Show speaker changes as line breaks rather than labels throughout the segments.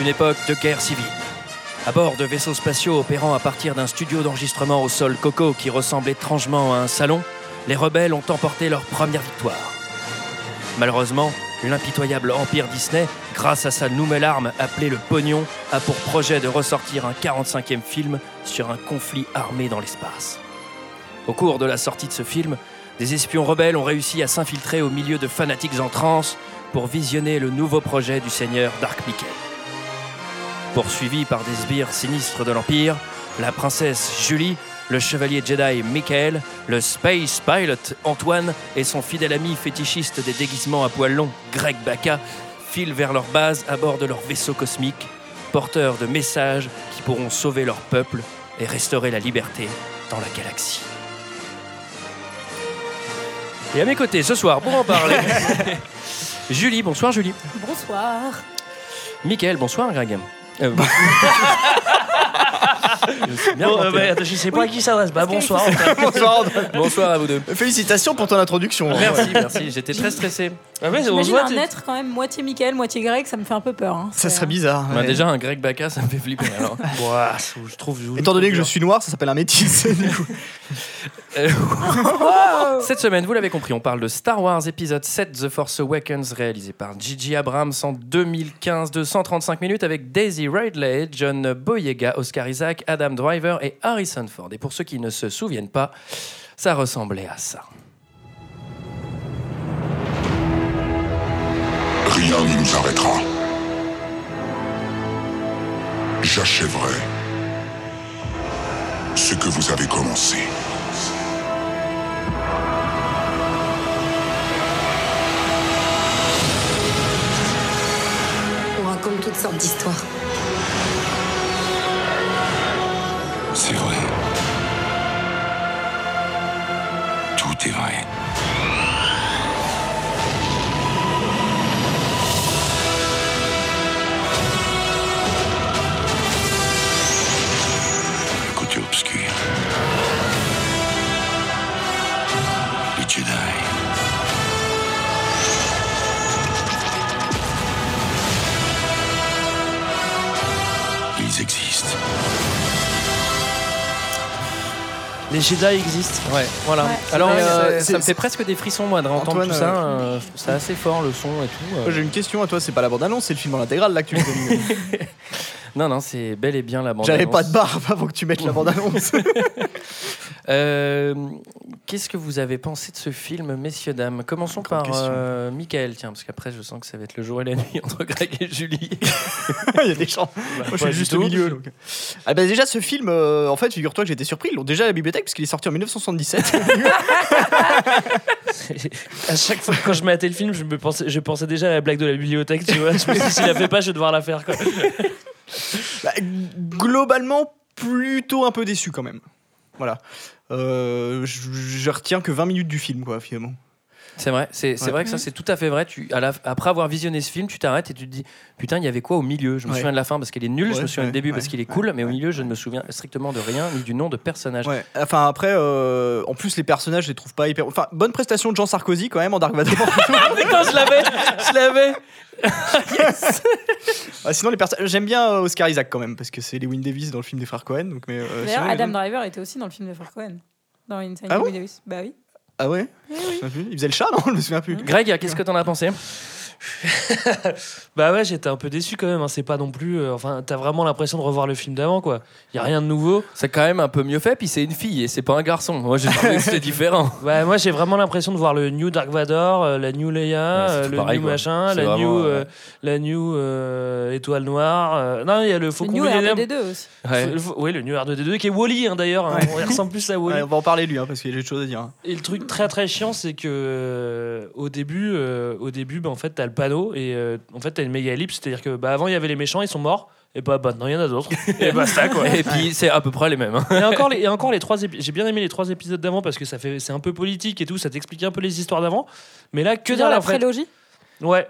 une époque de guerre civile. À bord de vaisseaux spatiaux opérant à partir d'un studio d'enregistrement au sol coco qui ressemble étrangement à un salon, les rebelles ont emporté leur première victoire. Malheureusement, l'impitoyable Empire Disney, grâce à sa nouvelle arme appelée le Pognon, a pour projet de ressortir un 45e film sur un conflit armé dans l'espace. Au cours de la sortie de ce film, des espions rebelles ont réussi à s'infiltrer au milieu de fanatiques en transe pour visionner le nouveau projet du seigneur Dark Mickey. Poursuivis par des sbires sinistres de l'Empire, la princesse Julie, le chevalier Jedi Michael, le space pilot Antoine et son fidèle ami fétichiste des déguisements à poils longs, Greg Baca, filent vers leur base à bord de leur vaisseau cosmique, porteurs de messages qui pourront sauver leur peuple et restaurer la liberté dans la galaxie. Et à mes côtés ce soir pour en parler, Julie, bonsoir Julie.
Bonsoir.
Michael, bonsoir Greg. Euh, bon- Je suis bien
Bon, euh,
planté.
bah, attends, je sais pas à qui il s'adresse. Bah,
Parce que-
bonsoir. en fait.
Bonsoir, Antoine.
Bonsoir à vous deux.
Félicitations pour ton introduction.
Merci, merci. J'étais très stressé.
Ah ouais, on se
J'imagine
voit,
un
t'es-
être quand même moitié Michael, moitié grec, ça me fait un peu peur. hein.
Ça
C'est-
serait bizarre.
Bah,
ouais.
déjà, un Greg Baca, ça me fait flipper. Alors.
Ouah, je- je trouve. je-
Étant donné que je suis noir, ça s'appelle un métis. du coup.
Cette semaine, vous l'avez compris, on parle de Star Wars épisode 7 The Force Awakens réalisé par Gigi Abrams en 2015 de 135 minutes avec Daisy Ridley, John Boyega, Oscar Isaac, Adam Driver et Harrison Ford. Et pour ceux qui ne se souviennent pas, ça ressemblait à ça.
Rien ne nous arrêtera. J'achèverai ce que vous avez commencé.
On raconte toutes sortes d'histoires.
C'est vrai. Tout est vrai. Le côté obscur. Les Jedi. Ils existent.
Les Jedi existent.
Ouais, voilà.
Ouais.
Alors,
Mais,
euh,
euh,
ça me
c'est-
fait presque des frissons, moi, de réentendre
Antoine,
tout ça. euh, je trouve ça assez fort, le son et tout. euh.
Moi, J'ai une question à toi, c'est pas la bande-annonce, c'est le film en intégrale là que tu me donnes.
Non, non, c'est bel et bien la bande.
J'avais pas de barbe avant que tu mettes la bande-annonce.
Euh, Qu'est-ce que vous avez pensé de ce film, messieurs, dames Commençons par
Grande question.
euh, Michael, tiens, parce qu'après, je sens que ça va être le jour et la nuit entre Greg et Julie. Bah,
Il y a des gens. Moi, je
pas
suis
du
juste
tout.
au milieu. donc. Ah bah, déjà, ce film, euh, en fait, figure-toi que j'étais surpris. Ils l'ont déjà à la bibliothèque parce qu'il est sorti en 1977.
à chaque fois, quand je matais le film, je, me pensais, je pensais déjà à la blague de la bibliothèque, tu vois. Je me suis dit, s'il la fait pas, je vais devoir la faire, quoi.
Bah, globalement, plutôt un peu déçu quand même. Voilà. Euh, je, je retiens que 20 minutes du film, quoi, finalement.
C'est vrai, c'est c'est
Ouais.
vrai que ça, c'est tout à fait vrai. Tu, à la- après avoir visionné ce film, tu t'arrêtes et tu te dis Putain, il y avait quoi au milieu Je me
Ouais.
souviens de la fin parce qu'elle est nulle, je me
Ouais,
souviens
ouais,
du début
ouais,
parce qu'il est
ouais,
cool, mais au milieu, je ne me souviens strictement de rien ni du nom de personnage.
Ouais. Enfin, après, euh, en plus, les personnages, je les trouve pas hyper. Enfin, bonne prestation de Jean Sarkozy quand même en Dark Vador.
Putain, Ah, je l'avais Je l'avais
Ah, sinon, les personnages. J'aime bien euh, Oscar Isaac quand même parce que c'est Lewin Davis dans le film des frères Cohen. Donc, mais, euh,
D'ailleurs,
sinon, les
Adam
autres-
Driver était aussi dans le film de Far Cohen. Dans Inside
Ah bon
Llewyn Davis. Bah oui. Mm.
Ah ouais Je me souviens plus. Il faisait le chat, non Je me souviens plus.
Greg, qu'est-ce que t'en as pensé
Bah ouais, j'étais un peu déçu quand même. hein. C'est pas non plus. euh, enfin, t'as vraiment l'impression de revoir le film d'avant, quoi. Y a rien de nouveau.
C'est quand même un peu mieux fait, puis c'est une fille et c'est pas un garçon. Moi, j'ai trouvé que c'était différent.
Ouais, moi, j'ai vraiment l'impression de voir le New Dark Vador, euh, la New Leia,
Ouais, c'est
euh,
tout
le
pareil,
New
quoi.
machin,
C'est
la,
vraiment,
new, euh,
ouais.
la New euh, Étoile Noire. euh, non, il y a le
Le
Faucon
New
Millennium.
R2D2 aussi.
Ouais.
Faut- faut- Oui, le New R2D2 qui est Wally hein, d'ailleurs. hein. On- Il ressemble plus à Wally.
Ouais, on va en parler lui hein, parce qu'il a des choses à dire. hein.
Et le truc très très chiant, c'est que euh, au début, euh, au début, bah, en fait, t'as le panneau et euh, en fait t'as une méga ellipse, c'est-à-dire que bah avant il y avait les méchants, ils sont morts. Et bah maintenant il y en a d'autres. Et basta quoi.
Et puis, c'est à peu près les mêmes. hein.
Et encore les, et encore les trois épisodes. J'ai bien aimé les trois épisodes d'avant parce que ça fait, c'est un peu politique et tout, ça t'explique un peu les histoires d'avant. Mais là, que
Tu veux dire
dalle
la
la fait.
prélogie
Ouais.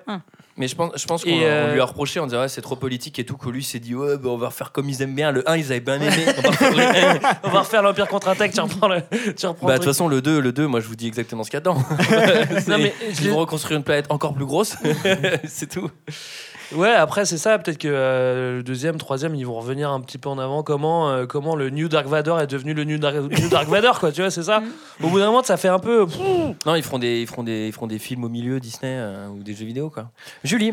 Mais je pense, je pense qu'on
Et,
on
euh,
lui a reproché, on dirait ouais, c'est trop politique et tout, que lui s'est dit ouais, bah, on va refaire comme ils aiment bien. Le 1, ils avaient bien aimé. on va refaire le 1.
On va refaire l'Empire contre-attaque. Tu reprends le. Tu reprends
bah, de
le
toute
truc.
façon, le 2, le 2, moi je vous dis exactement ce qu'il y a dedans.
Non,
non,
mais
mais
je-
ils vont reconstruire une planète encore plus grosse. c'est tout.
Ouais, après, c'est ça. Peut-être que euh, le deuxième, troisième, ils vont revenir un petit peu en avant. Comment, euh, comment le New Dark Vador est devenu le New Dark, New Dark Vador, quoi, tu vois, c'est ça.
Mm.
Au bout d'un moment, ça fait un peu. pff,
Non, ils feront des, ils feront des, ils feront des films au milieu Disney euh, ou des jeux vidéo quoi. Julie,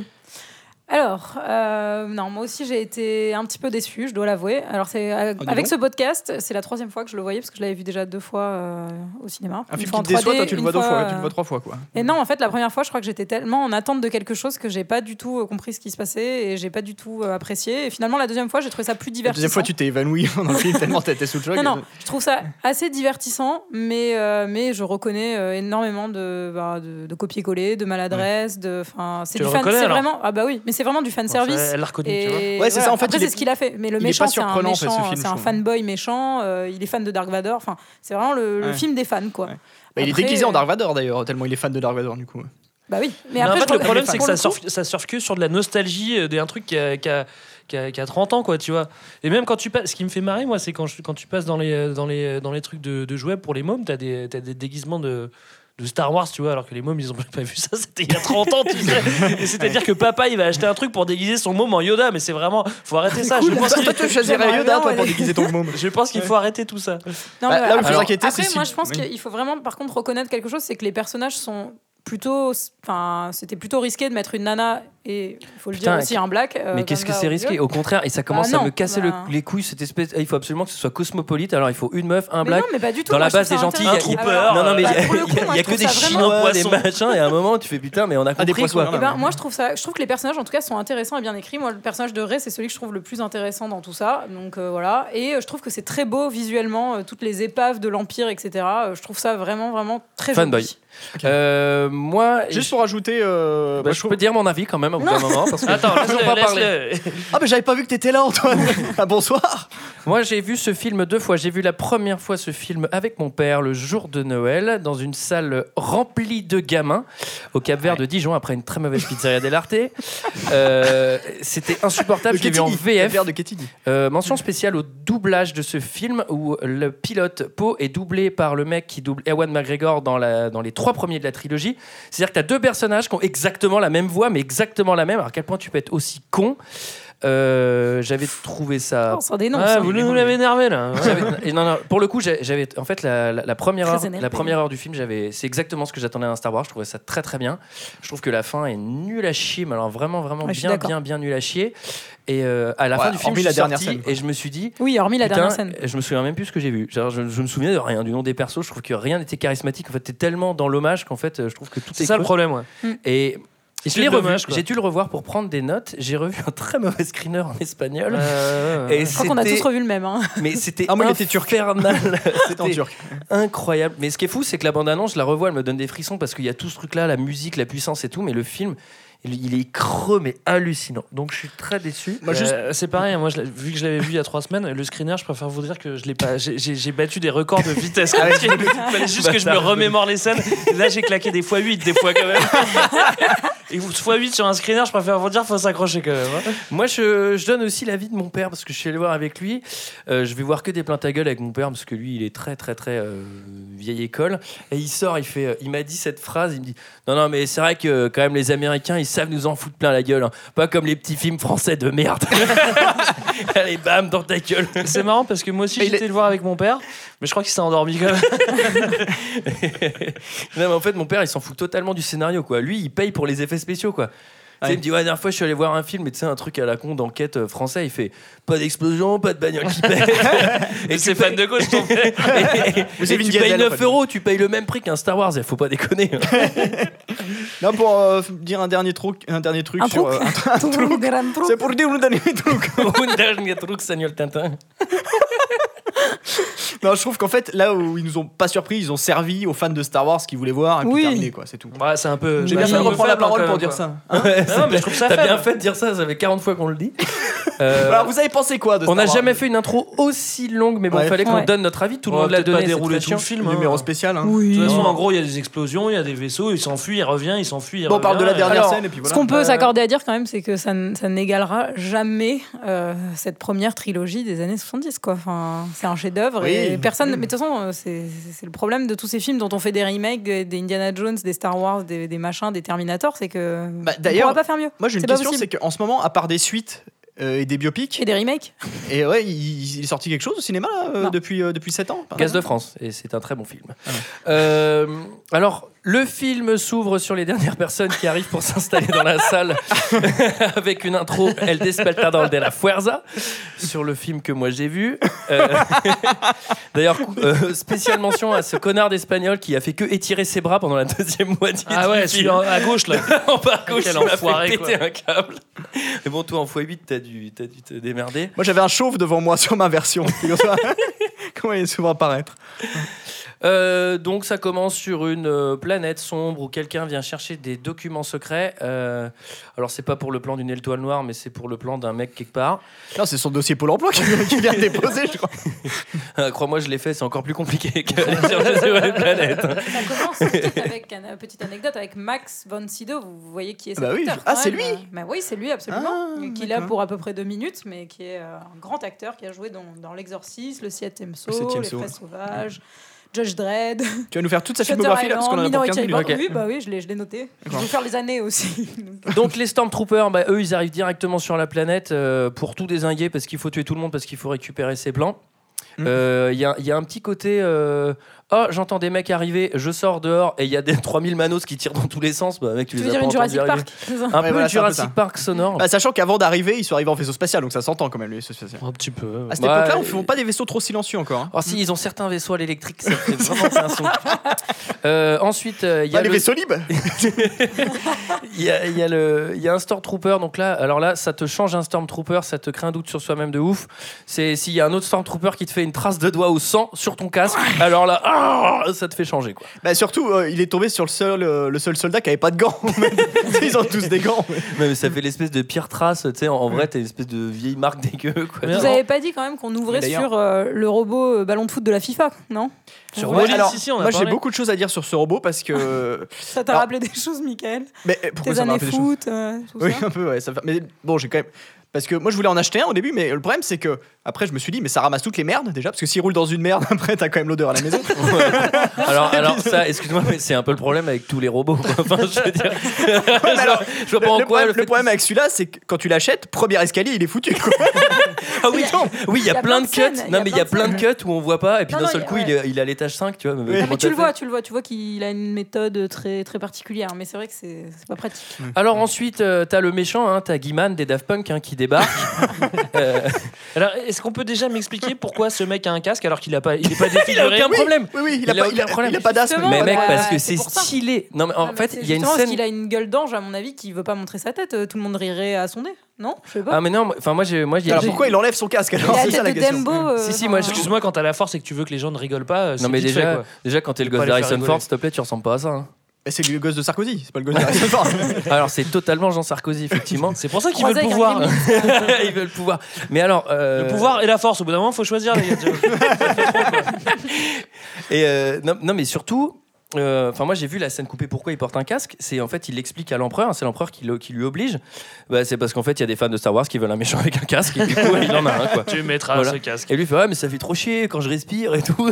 Alors, euh, non, moi aussi j'ai été un petit peu déçue, je dois l'avouer. Alors, c'est euh,
Ah, dis
avec
donc.
ce podcast, c'est la troisième fois que je le voyais parce que je l'avais vu déjà deux fois euh, au cinéma.
Un
Une
film
fois
qui
en
te déçoit,
3D,
toi, tu le
une
vois deux fois,
euh,
tu le vois trois fois, quoi.
Et non, en fait, la première fois, je crois que j'étais tellement en attente de quelque chose que j'ai pas du tout euh, compris ce qui se passait et j'ai pas du tout euh, apprécié. Et finalement, la deuxième fois, j'ai trouvé ça plus
La
divertissant.
deuxième fois, tu t'es évanoui pendant le film tellement t'étais sous le choc.
Non,
euh,
non, je trouve ça assez divertissant, mais, euh, mais je reconnais euh, énormément de, bah, de, de copier-coller, de maladresse, de. Enfin, c'est du
Tu le
fan.
reconnais,
C'est
alors
vraiment. Ah bah oui, mais c'est vraiment du fan service.
Elle l'a reconnu, tu vois.
Et
Ouais, c'est ça, en fait,
Après,
il
c'est
est-
ce qu'il a fait. Mais le
il est
méchant,
pas
c'est un
surprenant, en fait,
méchant,
ce film,
c'est
je
un
trouve.
fanboy méchant. euh, il est fan de Dark Vador. Enfin, c'est vraiment le, le
Ouais.
film des fans, quoi.
Ouais. Bah, il est
Après,
déguisé en
euh,
Dark Vador d'ailleurs, tellement il est fan de Dark Vador du coup.
Bah oui. Mais
Mais
après,
en fait,
je
le
trouve-
problème, c'est que
pour
ça
le coup,
surfe, ça surfe que sur de la nostalgie euh, d'un truc qui a, qui, a, qui a- qui a 30 ans, quoi, tu vois. Et même quand tu passes, ce qui me fait marrer, moi, c'est quand, je- quand tu passes dans les, euh, dans les, dans les trucs de, de jouets pour les mômes, t'as des, t'as des déguisements de, de Star Wars, tu vois, alors que les mômes, ils ont pas vu ça, c'était il y a 30 ans, tu sais. Et C'est-à-dire que papa, il va acheter un truc pour déguiser son môme en Yoda, mais c'est vraiment. Faut arrêter ça, je pense
toi,
qu'il.
tu choisirais
J'aimerais
Yoda
bien,
hein, toi, pour
ouais.
déguiser ton môme.
Je pense qu'il faut arrêter tout ça.
Non, mais
Bah, là où
voilà.
il faut
Alors,
s'inquiéter,
après,
c'est si-
moi, je pense
oui.
qu'il faut vraiment, par contre, reconnaître quelque chose, c'est que les personnages sont plutôt, enfin, c'était plutôt risqué de mettre une nana et il faut le
Putain,
dire aussi un black. euh,
mais
comme
qu'est-ce que
ça,
c'est
au
risqué
milieu.
Au contraire, et ça commence
Bah
à me
non,
casser
bah-
le- les couilles cette espèce. Il faut absolument que ce soit cosmopolite. Alors il faut une meuf, un
Mais
black.
non, mais pas du tout.
Dans la
moi, je trouve
base,
ça
les gentils, il y a-
intéressant.
Un trooper.
Alors,
Non, non mais il
bah,
y a,
pour le coup,
il y a-
moi,
il y a
je
que
trouve
des
ça vraiment-
chinois,
Un
des
poisson.
machins, et à un moment tu fais putain mais on a
Ah, des
compris
poissons, hein.
quoi.
là.
Eh ben, moi, je trouve ça. Je trouve que les personnages, en tout cas, sont intéressants et bien écrits. Moi, le personnage de Ray, c'est celui que je trouve le plus intéressant dans tout ça. Donc euh, voilà. Et euh, je trouve que c'est très beau visuellement, euh, toutes les épaves de l'empire, etc. Euh, je trouve ça vraiment, vraiment très
Fanboy.
joli.
Euh, moi, je,
Juste pour ajouter. euh,
bah,
moi,
je
je trouve-
peux dire mon avis quand même au bout d'un moment parce que
Attends,
j'ai toujours
laisse-le,
pas parlé.
laisse-le.
Ah, mais j'avais pas vu que t'étais là, Antoine Ah, bonsoir
Moi, j'ai vu ce film deux fois. J'ai vu la première fois ce film avec mon père le jour de Noël dans une salle remplie de gamins au Cap Vert de Dijon après une très mauvaise pizzeria dell'Arte. Euh, C'était insupportable. Je l'ai vu en VF.
de Ketini.
Euh, mention spéciale au doublage de ce film où le pilote Poe est doublé par le mec qui double Ewan McGregor dans, la- dans les trois premiers de la trilogie. C'est-à-dire que tu as deux personnages qui ont exactement la même voix, mais exactement la même. Alors, à quel point tu peux être aussi con Euh, J'avais trouvé ça
On s'en dénonce.
Ah,
hein.
vous nous l'avez énervé, là.
j'avais- et non, non, pour le coup, j'ai- j'avais en fait la, la- la première
Très
heure,
énervé.
la première heure du film, j'avais c'est exactement ce que j'attendais d'un Star Wars. Je trouvais ça très très bien. Je trouve que la fin est nulle à chier, mais alors vraiment vraiment
Ouais, je suis
bien
d'accord.
bien bien nulle à chier. Et euh, à la
Ouais,
fin du film,
hormis
je
la
suis
dernière
sorti
scène, quoi.
et je me suis dit.
Oui, hormis la
putain,
dernière scène.
je me souviens même plus ce que j'ai vu. Genre, je, je me souviens de rien du nom des persos. Je trouve que rien n'était charismatique. En fait, t'es tellement dans l'hommage qu'en fait, je trouve que tout est.
C'est ça le
creux.
problème, ouais.
Mm.
Et je
C'est
l'ai revu.
dommage, quoi.
J'ai dû le revoir pour prendre des notes. J'ai revu un très mauvais screener en espagnol.
Euh, ouais, ouais.
Et
Je crois qu'on a
c'était-
tous revu le même. hein.
Mais c'était
Ah, moi, il était turc.
infernal.
C'était en
C'était-
turc.
incroyable. Mais ce qui est fou, c'est que la bande-annonce, je la revois, elle me donne des frissons parce qu'il y a tout ce truc-là, la musique, la puissance et tout, mais le film, il, il est creux mais hallucinant. Donc je suis très déçu.
Moi, Bah, juste-
Euh, c'est pareil, moi, je l'ai- vu que je l'avais vu il y a trois semaines, le screener, je préfère vous dire que je l'ai pas. j'ai- J'ai j'ai battu des records de vitesse.
Ah ouais,
Il fallait juste que je me remémore les scènes. Là, j'ai claqué des fois 8 des fois quand même. Et vous, fois 8 sur un screener, je préfère vous dire, faut s'accrocher quand même. hein.
Moi, je, je donne aussi l'avis de mon père parce que je suis allé voir avec lui. Euh, je vais voir que des plaintes à gueule avec mon père parce que lui, il est très, très, très euh, vieille école. Et il sort, il fait, euh, il m'a dit cette phrase. Il me dit Non, non, mais c'est vrai que euh, quand même, les Américains, ils savent nous en foutre plein la gueule. hein. Pas comme les petits films français de merde. Allez, bam, dans ta gueule.
C'est marrant parce que moi aussi,
Et il
j'étais le voir avec mon père, mais je crois qu'il s'est endormi quand même.
non, mais en fait, mon père, il s'en fout totalement du scénario, quoi. Lui, il paye pour les effets spéciaux, quoi. Tu sais,
Ouais.
Il me dit, ouais, la dernière fois, je suis allé voir un film, et tu sais, un truc à la con d'enquête euh, français. Il fait pas d'explosion, pas de bagnole qui pète. et
C'est
tu payes-
fan de gauche, ton père.
et,
Ou c'est
et
Vin
tu
Diesel,
payes
en
9
fait.
euros, tu payes le même prix qu'un Star Wars, il faut pas déconner. hein.
Là, pour euh, dire un dernier truc, un dernier truc
Un
sur.
truc.
euh, un-
Tout le monde grand truc.
C'est pour dire le dernier truc.
Un dernier truc, Samuel Tintin.
Non, je trouve qu'en fait, là où ils nous ont pas surpris, ils ont servi aux fans de Star Wars qui voulaient voir et puis
Oui.
terminé, quoi, c'est tout.
Ouais, c'est un peu.
J'ai
bien
bien
c'est
fait
un
de
peu
reprendre la
faible,
parole
hein,
pour
quand
dire
même,
ça.
quoi. Non, mais je trouve ça hein. Bah,
T'as bien
faible.
fait de dire ça, ça fait 40 fois qu'on le dit. Euh,
Alors, vous avez pensé quoi de
on
n'a
n'a jamais fait une intro aussi longue, mais bon,
Ouais.
fallait qu'on
Ouais.
donne notre avis. Tout le
On va
monde l'a
peut-être
donné.
pas
c'est
dérouler
très
tout le
chiant.
film. hein.
Numéro spécial. Hein.
De
Oui.
toute façon,
Non.
en gros, il y a des explosions, il y a des vaisseaux, il s'enfuit, il revient, il s'enfuit. il
Bon, on parle de la
revient, et-
dernière
Alors,
scène et puis
Ce
voilà.
qu'on peut
Euh,
s'accorder à dire quand même, c'est que ça, n- ça n'égalera jamais euh, cette première trilogie des années 70. Quoi. Enfin, c'est un chef-d'œuvre.
Oui. Mm.
Et personne. Mais de toute façon, euh, c'est c'est le problème de tous ces films dont on fait des remakes, des des Indiana Jones, des Star Wars, des, des machins, des Terminator, c'est que.
Bah,
on
d'ailleurs,
pourra pas faire mieux.
Moi j'ai une
C'est pas
question, c'est
possible.
qu'en ce moment, à part des suites euh, et des biopics,
Et des remakes
et ouais, il, il est sorti quelque chose au cinéma là, euh,
Non.
depuis, euh, depuis 7 ans par
Gaz
exemple
de France, et c'est un très bon film.
Ah
Euh, alors, le film s'ouvre sur les dernières personnes qui arrivent pour s'installer dans la salle avec une intro El Despertador de la Fuerza sur le film que moi j'ai vu. Euh, D'ailleurs, cou- euh, spéciale mention à ce connard d'espagnol qui a fait que étirer ses bras pendant la deuxième moitié.
Ah
du
ouais,
film.
celui en- à gauche là.
en bas gauche,
Quel
il m'a
enfoiré,
fait péter un câble. Mais bon, toi en x8, t'as dû, t'as dû te démerder.
Moi j'avais un chauve devant moi sur ma version. figure-toi. Comment il est souvent apparaître
Euh, donc ça commence sur une euh, planète sombre où quelqu'un vient chercher des documents secrets. Euh, alors c'est pas pour le plan d'une étoile noire, mais c'est pour le plan d'un mec quelque part.
Non, c'est son dossier Pôle emploi qui, qui vient de déposer, je crois.
Euh, Crois-moi, je l'ai fait, c'est encore plus compliqué que d'aller chercher sur une planète.
Ça commence peut-être avec une petite anecdote avec Max von Sydow. Vous voyez qui est cet
Bah oui,
acteur,
je- ah,
quand
c'est
même.
lui
Bah oui, c'est lui absolument.
Ah,
qui est là
d'accord.
pour à peu près deux minutes, mais qui est euh, un grand acteur qui a joué dans, dans L'Exorciste, Le Septième
Le
Saut,
Septième
Les
Saut,
Fraises Sauvages, Judge Dredd,
Tu vas nous faire toute sa
Shutter
filmographie là, parce qu'on en a
Island,
pour 15
Minority
minutes.
Report.
minutes.
Oui, bah oui, je l'ai je l'ai noté. Je vais vous faire les années aussi. Donc,
Donc les Stormtroopers, bah, eux, ils arrivent directement sur la planète euh, pour tout désinguer parce qu'il faut tuer tout le monde, parce qu'il faut récupérer ses plans.
Mhm.
Euh, Il y, a- il y a un petit côté euh, Oh, j'entends des mecs arriver, je sors dehors et il y a des 3000 manos qui tirent dans tous les sens. Bah, mec, tu,
tu
les
veux
as
dire
pas
une
entendus
Jurassic
arriver.
Park c'est ça
Un peu
voilà, c'est un peu
Jurassic
ça.
Park sonore.
Bah, sachant qu'avant d'arriver, ils sont arrivés en vaisseau spatial, donc ça s'entend quand même, les vaisseaux spatiaux.
Un petit peu.
À cette
Bah,
époque-là, on
euh,
ne fait pas des vaisseaux trop silencieux encore. hein.
Alors Ah, si ils ont certains vaisseaux à l'électrique, ça fait vraiment c'est un son. Euh, ensuite, euh, il y
Bah,
a
les
le-
vaisseaux libres
il y a- il y a le- il y a un Stormtrooper. Donc là, alors là, ça te change un Stormtrooper, ça te crée un doute sur soi-même de ouf. C'est s'il y a un autre Stormtrooper qui te fait une trace de doigt au sang sur ton casque, alors là, ah, ça te fait changer quoi.
Bah, Surtout, euh, il est tombé sur le seul, euh, le seul soldat qui avait pas de gants. ils ont tous des gants.
Mais ça fait l'espèce de pire trace, tu sais. En, en vrai, t'es une espèce de vieille marque dégueu quoi.
Mais
Vous
non.
avez pas dit quand même qu'on ouvrait
Mais Ah, d'ailleurs-
sur euh, le robot euh, ballon de foot de la FIFA, non
Sur
Ouais,
Wall-E,
alors,
si, si, on a
moi, j'ai
parlé.
beaucoup de choses à dire sur ce robot parce que.
Ça t'a
Alors-
rappelé des choses, Michael
Mais euh, Ah. pourquoi
Tes
ça m'a
années
rappelé des choses
foot, euh, tout
Oui,
ça
un peu, ouais. Ça fait... Mais bon, j'ai quand même. Parce que moi, je voulais en acheter un au début, mais le problème, c'est que après, je me suis dit, mais ça ramasse toutes les merdes déjà, parce que s'il roule dans une merde, après, t'as quand même l'odeur à la maison.
Alors, alors ça, excuse-moi, mais c'est un peu le problème avec tous les robots. quoi. Enfin, je veux dire,
Ouais, mais alors,
je vois
le,
pas en quoi
le
le
problème, le
fait-
problème avec celui-là, c'est que quand tu l'achètes, premier escalier, il est foutu. Quoi.
Ah oui,
Il y a-
oui, il y a plein de
scènes,
cuts.
il y
Non,
a
mais il
plein
y a
de
plein de cuts où on voit pas, et puis
Non,
d'un
non,
seul
il-
coup, il est, il est à l'étage 5, tu vois. mais
Oui.
comment
Mais Ah, tu
t'as
le
fait
vois, tu le vois, tu vois qu'il a une méthode très, très particulière, mais c'est vrai que c'est c'est pas pratique.
Alors ensuite, euh, t'as le méchant, hein, t'as Guiman des Daft Punk hein, qui débarque. Euh,
Alors, est-ce qu'on peut déjà m'expliquer pourquoi ce mec a un casque alors qu'il a pas, il est pas
il a
défiguré
aucun problème.
Oui, oui, il, a,
Il a
pas,
aucun
il a-
problème.
il a pas d'asthme.
Justement,
mais
bah,
mec, parce que
ouais,
Ah c'est
c'est pour ça.
stylé. Non, mais en
Non, mais
fait,
Ah, bah, c'est
il y a une
justement parce
scène.
qu'il a une gueule d'ange, à mon avis, qui veut pas montrer sa tête. Euh, Tout le monde rirait à son nez, non Je sais
Ah
pas.
mais non, moi- enfin moi, j'ai, moi j'ai.
Alors
j'ai-
pourquoi il enlève son casque
Il a
alors
la
C'est ça la
tête de
question.
Dembo. euh,
Mm. Si, si,
enfin,
moi,
Excuse-moi, quand t'as la force et que tu veux que les gens ne rigolent pas, euh, c'est
Non mais
vite fait,
déjà,
quoi.
déjà quand t'es le
Faut pas
gosse
les faire
d'Harrison Ford,
rigoler.
s'il te plaît, tu ressembles pas à ça. hein.
Mais C'est le gosse de Sarkozy, c'est pas le gosse de Sarkozy.
Alors c'est totalement Jean Sarkozy effectivement.
C'est pour ça qu'ils
croisé
veulent le
avec un
pouvoir.
gremlin.
Ils veulent pouvoir. Mais alors. euh,
Le pouvoir et la force, au bout d'un moment, faut choisir. les gars.
Et euh, non, non, mais surtout. euh, Enfin, moi j'ai vu la scène coupée. Pourquoi il porte un casque C'est en fait, il l'explique à l'empereur. hein, C'est l'empereur qui, le- qui lui oblige. Bah, c'est parce qu'en fait, il y a des fans de Star Wars qui veulent un méchant avec un casque. Et du coup, il en a un quoi.
tu mettras
Voilà.
ce casque.
Et lui il fait ouais, mais ça fait trop chier quand je respire et tout.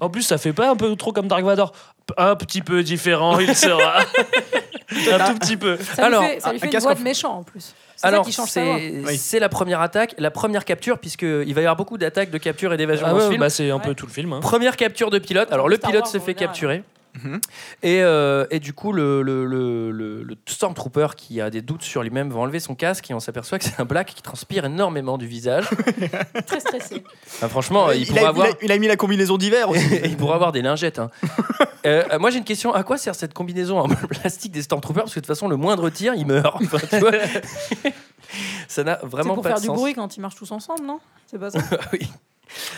En plus, ça fait pas un peu trop comme Dark Vador. P- Un petit peu différent, il sera. un tout petit peu.
Ça
Alors, ah,
lui fait, ça lui
un
fait une
casque
voix
en-
de méchant en plus. C'est ça
Alors
qui change sa voix.
c'est
Oui.
c'est la première attaque, la première capture puisque il va y avoir beaucoup d'attaques, de captures et d'évasions
Ah
dans ce
ouais,
film.
bah, c'est un peu
Ouais.
tout le film. hein.
Première capture de pilote. Alors le
Star
pilote
Wars,
se
en
fait
général.
capturer.
Mhm.
Et, euh, et du coup, le, le, le, le- le Stormtrooper qui a des doutes sur lui-même va enlever son casque et on s'aperçoit que c'est un black qui transpire énormément du visage.
Très stressé.
Enfin, franchement, il,
il,
pourrait
a,
avoir,
il a- il a mis la combinaison d'hiver aussi.
il pourrait avoir des lingettes. hein. Euh, moi, j'ai une question à quoi sert cette combinaison en plastique des Stormtroopers Parce que de toute façon, le moindre tir, il meurt. Enfin, tu vois Ça n'a
C'est
vraiment
pour
pas
faire
de
du
sens.
bruit quand ils marchent tous ensemble, non C'est pas ça
Oui.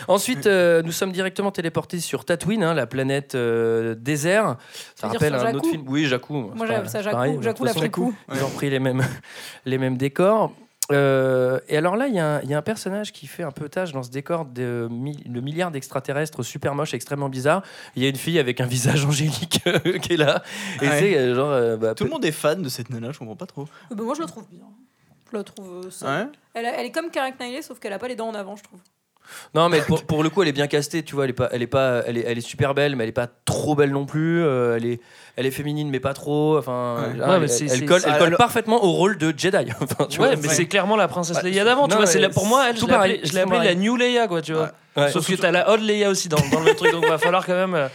Ensuite, euh, nous sommes directement téléportés sur Tatooine, hein, la planète euh, désert. Ça
veux dire
rappelle
sur
un
Jakku
autre film. Oui, Jakku.
Moi
c'est
j'appelle
pas-
ça
c'est pareil,
Jacou. Jacou
de
l'a
toute
pris le coup.
façon, Ils ont repris les mêmes, les mêmes décors. Euh, et alors là, il y, a un- il y a un personnage qui fait un peu tâche dans ce décor de, mi- de milliards d'extraterrestres super moches, extrêmement bizarres. Il y a une fille avec un visage angélique euh, qui est là. Et
Ah ouais.
c'est euh, genre. euh, bah,
Tout le monde est fan de cette nana, je comprends pas trop.
Euh, bah, moi je la trouve bien. Je la trouve euh, ça.
Ouais.
Elle, a- elle est comme Karen Knightley, sauf qu'elle a pas les dents en avant, je trouve.
Non, mais pour, pour le coup, elle est bien castée, tu vois. Elle est pas, elle est pas, elle est, elle est super belle, mais elle est pas trop belle non plus. euh, elle est, elle est féminine, mais pas trop. Enfin,
Ouais.
hein,
Ouais, mais
elle,
c'est-
elle
c'est-
colle, elle
ah,
colle
alors-
parfaitement au rôle de Jedi. Enfin, tu
ouais,
vois, bah,
mais
ouais.
c'est clairement la princesse
Ouais,
Leia d'avant, tu
non,
vois. C'est
mais
là pour moi, elle,
c'est
je
tout
l'ai
pareil,
appelée- je
c'est
l'ai
tout
appelée la
pareil.
New Leia, quoi, tu vois.
Ouais.
Sauf que t'as la odd Leia aussi dans, dans le truc, donc va falloir quand même. euh,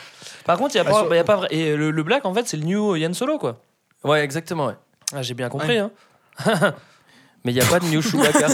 Par contre, il y a
Ah,
pas,
sur-
bah, y a pas vrai- Et le, le Black, en fait, c'est le New Yann Solo, quoi.
Ouais, exactement. ouais.
Ah, j'ai bien compris.
Ouais.
Hein.
Mais il n'y a pas de New Chewbacca.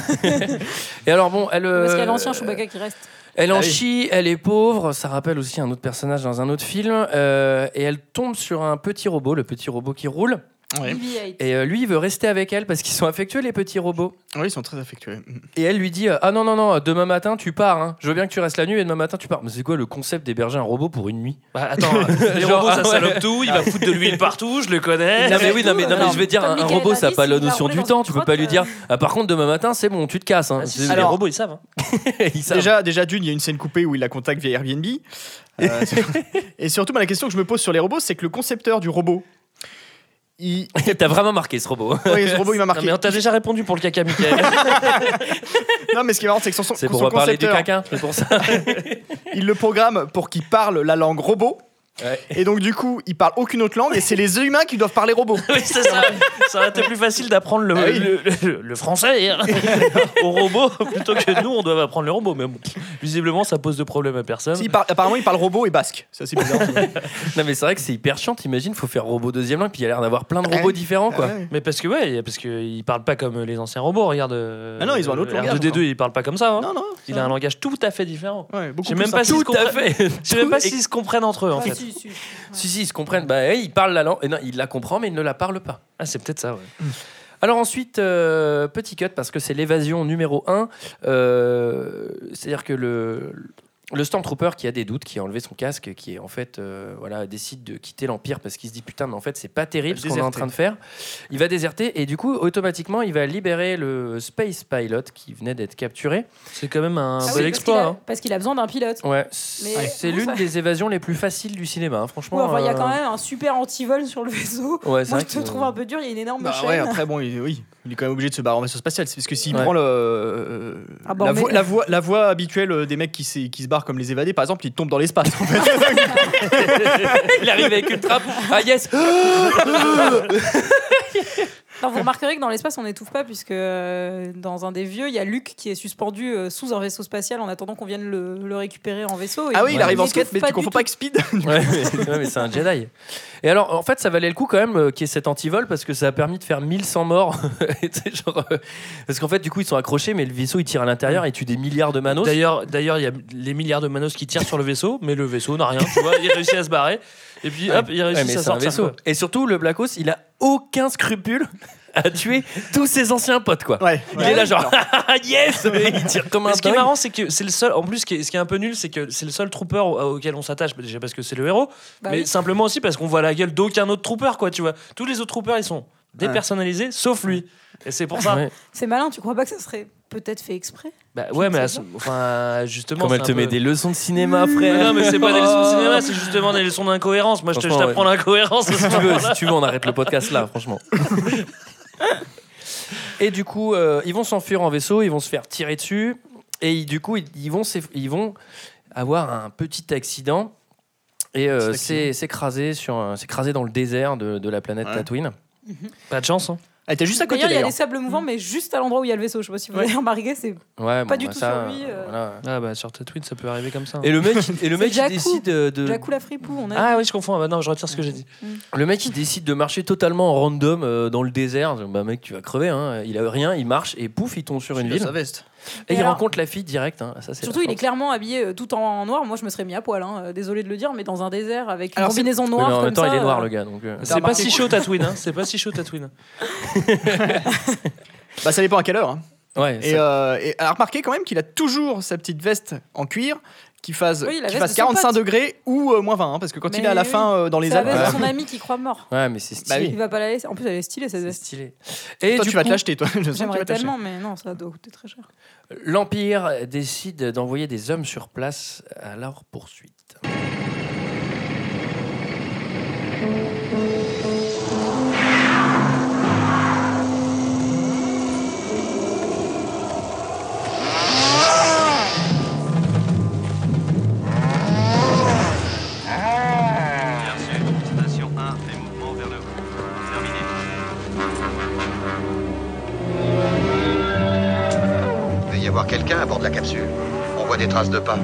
Et alors, bon, elle. euh,
Parce qu'il y a l'ancien Chewbacca qui reste.
Elle en
Ah oui.
chie, elle est pauvre, ça rappelle aussi un autre personnage dans un autre film, euh, et elle tombe sur un petit robot, le petit robot qui roule,
Ouais.
BB-8.
et euh, lui il veut rester avec elle parce qu'ils sont affectueux les petits robots.
Oui, ils sont très affectués.
Et elle lui dit euh, Ah non, non, non, demain matin tu pars, hein. je veux bien que tu restes la nuit et demain matin tu pars. Mais c'est quoi le concept d'héberger un robot pour une nuit
Bah, attends, les
Genre,
robots,
ah
ça
ouais.
salope tout, il va foutre de l'huile partout, je le connais.
Non, mais oui, non, mais, non, mais
Alors,
je vais dire,
comme
un, un
Michael
robot
a
ça
dit,
n'a pas la
s'il va
notion
rouler
du
dans
temps,
une
tu peux pas lui dire
crotte,
Ah, par contre demain matin c'est bon, tu te casses. Hein.
Ah, si, si,
C'est-
les
Alors-
robots, ils savent. hein.
ils savent.
Déjà, déjà d'une, il y a une scène coupée où il la contacte via Airbnb. Euh, et surtout, bah, la question que je me pose sur les robots, c'est que le concepteur du robot, il...
T'as vraiment marqué ce robot.
ouais, ce robot, il m'a
Non,
marqué.
mais on t'a déjà répondu pour le caca, Michael.
Non, mais ce qui est marrant, c'est que son, son-
C'est
son
pour pas parler du
concepteur,
caca, c'est pour ça.
il le programme pour qu'il parle la langue robot.
Ouais.
Et donc, du coup, il parle aucune autre langue et c'est les humains qui doivent parler robot.
Oui, c'est ça. Ça aurait été plus facile d'apprendre le,
Ah oui.
le, le- le français hein, au robot plutôt que nous, on doit apprendre le robot. Mais bon, visiblement, ça pose de problème à personne.
Si, il parle- apparemment, il parle robot et basque. Ça, c'est bizarre.
Non mais c'est vrai que c'est hyper chiant, t'imagines, faut faire robot deuxième langue, puis il y a l'air d'avoir plein de robots
Ouais.
différents quoi.
Ah ouais.
Mais parce que, ouais, parce qu'ils parlent pas comme les anciens robots. Regarde. euh,
Ah non, ils ont un autre langage,
R2D2,
encore.
ils parlent pas comme ça. hein.
Non, non.
Il a un langage tout à fait différent.
Ouais, beaucoup
Je sais
plus
même pas
simple.
s'ils se
Tout à
comprennent.
fait.
Je sais même pas
Tout-
s'ils se comprennent entre eux, en
Ah,
fait.
si, si.
Si, si, ils se comprennent. Bah, hey, ils parlent la langue. Et non, ils la comprend, mais ils ne la parlent pas.
Ah, c'est peut-être ça, ouais.
Alors ensuite, euh, petit cut, parce que c'est l'évasion numéro 1. C'est-à-dire que le, le Stormtrooper qui a des doutes, qui a enlevé son casque, qui est en fait, euh, voilà, décide de quitter l'Empire parce qu'il se dit putain, mais en fait, c'est pas terrible ce qu'on est en
Déserter.
train de faire. Il va déserter et du coup, automatiquement, il va libérer le Space Pilot qui venait d'être capturé.
C'est quand même un
Ah oui,
bel
parce
exploit.
qu'il a-
hein.
Parce qu'il a besoin d'un pilote.
Ouais,
Mais
c'est
bon,
l'une
ça-
des évasions les plus faciles du cinéma, hein, franchement.
Ouais, enfin, Il y a quand
euh,
même un super antivol sur le vaisseau.
Ouais, c'est
Moi,
vrai
je te
que-
trouve un peu dur, il y a une énorme
Bah
chaîne.
ouais, après, bon, il, oui, il est quand même obligé de se barrer en vaisseau spatial. C'est parce que s'il
Ouais.
prend le, euh,
Ah bah,
la,
on met-
voie, la, voie, la voie habituelle euh, des mecs qui, s'est- qui se barrent comme les évadés, par exemple, ils tombent dans l'espace. en fait.
Il arrive avec une trappe. Ah yes
Non, vous remarquerez que dans l'espace, on n'étouffe pas, puisque euh, dans un des vieux, il y a Luc qui est suspendu euh, sous un vaisseau spatial en attendant qu'on vienne le, le récupérer en vaisseau. Et
ah oui, il
Ouais.
arrive en
n'étouffe
skate, mais tu
du tout.
confonds pas avec Speed.
Ouais, mais, ouais, mais c'est un Jedi. Et alors, en fait, ça valait le coup quand même euh, qu'il y ait cet antivol parce que ça a permis de faire 1100 morts. Et tu sais, genre, euh, parce qu'en fait, du coup, ils sont accrochés, mais le vaisseau il tire à l'intérieur et tue des milliards de manos.
D'ailleurs, d'ailleurs, il y a les milliards de manos qui tirent sur le vaisseau, mais le vaisseau n'a rien. Tu vois, il réussit à se barrer. Et puis, hop, il
Ouais,
réussit
mais
à
c'est un
sortir.
vaisseau.
quoi.
Et surtout, le Black Ops, il a aucun scrupule à tuer tous ses anciens potes, quoi.
Ouais,
Il est là, genre, Ah, yes Et Il tire comme un
Mais ce qui est
dingue.
marrant, c'est que c'est le seul. En plus, ce qui est, ce qui est un peu nul, c'est que c'est le seul trooper au- auquel on s'attache. bah, Déjà parce que c'est le héros,
Bah
mais
oui.
simplement aussi parce qu'on voit la gueule d'aucun autre trooper, quoi. Tu vois, tous les autres troopers, ils sont dépersonnalisés, sauf lui. Et c'est pour ça.
Ouais.
C'est malin, tu crois pas que ça serait peut-être fait exprès
Bah ouais,
Je
mais
ne
à
sais
ce- enfin, justement.
Comme elle
c'est
te
un
met
peu-
des leçons de cinéma, frère.
Non, mais c'est pas des leçons de cinéma, c'est justement des leçons d'incohérence. Moi, je te- je
Franchement,
t'apprends l'incohérence. à ce
si tu veux, si
moment-là.
tu veux, on arrête le podcast là, franchement. Et du coup, euh, ils vont s'enfuir en vaisseau, ils vont se faire tirer dessus, et ils- du coup, ils, ils vont, s'eff- ils vont avoir un petit accident et euh,
Petit
s'é- s'écraser sur, un- s'écraser dans le désert de, de la planète
Ouais.
Tatooine.
Pas de chance. hein.
Ah, t'es juste à côté
D'ailleurs, il y a
d'ailleurs. Mm.
des sables mouvants, mais juste à l'endroit où il y a le vaisseau. Je sais pas si vous avez remarqué, c'est
Ouais,
Pas du tout sur lui,
euh,
euh.
voilà.
Ah bah sur Tatooine, ça peut arriver comme ça. hein.
Et le mec, et le mec il
Jakku.
décide euh, de,
Jakku la fripou. On a...
Ah oui, je confonds. Ah bah non, je retire ce que j'ai dit.
Le mec, il décide de marcher totalement en random euh, dans le désert. Bah mec, tu vas crever. hein. Il a rien, il marche et pouf, il tombe sur une
Il a
ville.
sa veste.
Et,
Et
il
alors-
rencontre la fille direct. hein. Ça, c'est
Surtout,
la
il est
force.
clairement habillé euh, tout en, noir. Moi, je me serais mis à poil, hein. désolé de le dire, mais dans un désert avec une
Alors, c'est-
combinaison
Oui,
noire.
mais en
comme
même temps,
ça,
il est noir,
euh,
le gars. Donc, euh,
C'est pas
remarqué
si chaud Tatooine. Hein. C'est pas si chaud Tatooine.
Bah, ça dépend à quelle heure. hein.
ouais,
Et,
ça-
euh, et à remarquer quand même qu'il a toujours sa petite veste en cuir qui fasse,
Oui, la
qui
veste
fasse
de son
45
pote.
degrés ou euh, moins 20. hein, parce que quand
Mais
il est à la
oui.
fin euh, dans les
C'est la
Alpes,
veste
Alpes.
de son ami qui croit mort.
ouais, mais c'est stylé.
Bah oui.
Il va pas la laisser. En plus, elle est stylée cette
C'est
veste.
stylé. Et
toi,
du
tu vas te
coup,
l'acheter. toi. Je sens que tu vas
J'aimerais
te l'acheter.
tellement, mais non, ça doit coûter très cher.
l'Empire décide d'envoyer des hommes sur place à leur poursuite.
quelqu'un à bord de la capsule. On voit des traces de pas.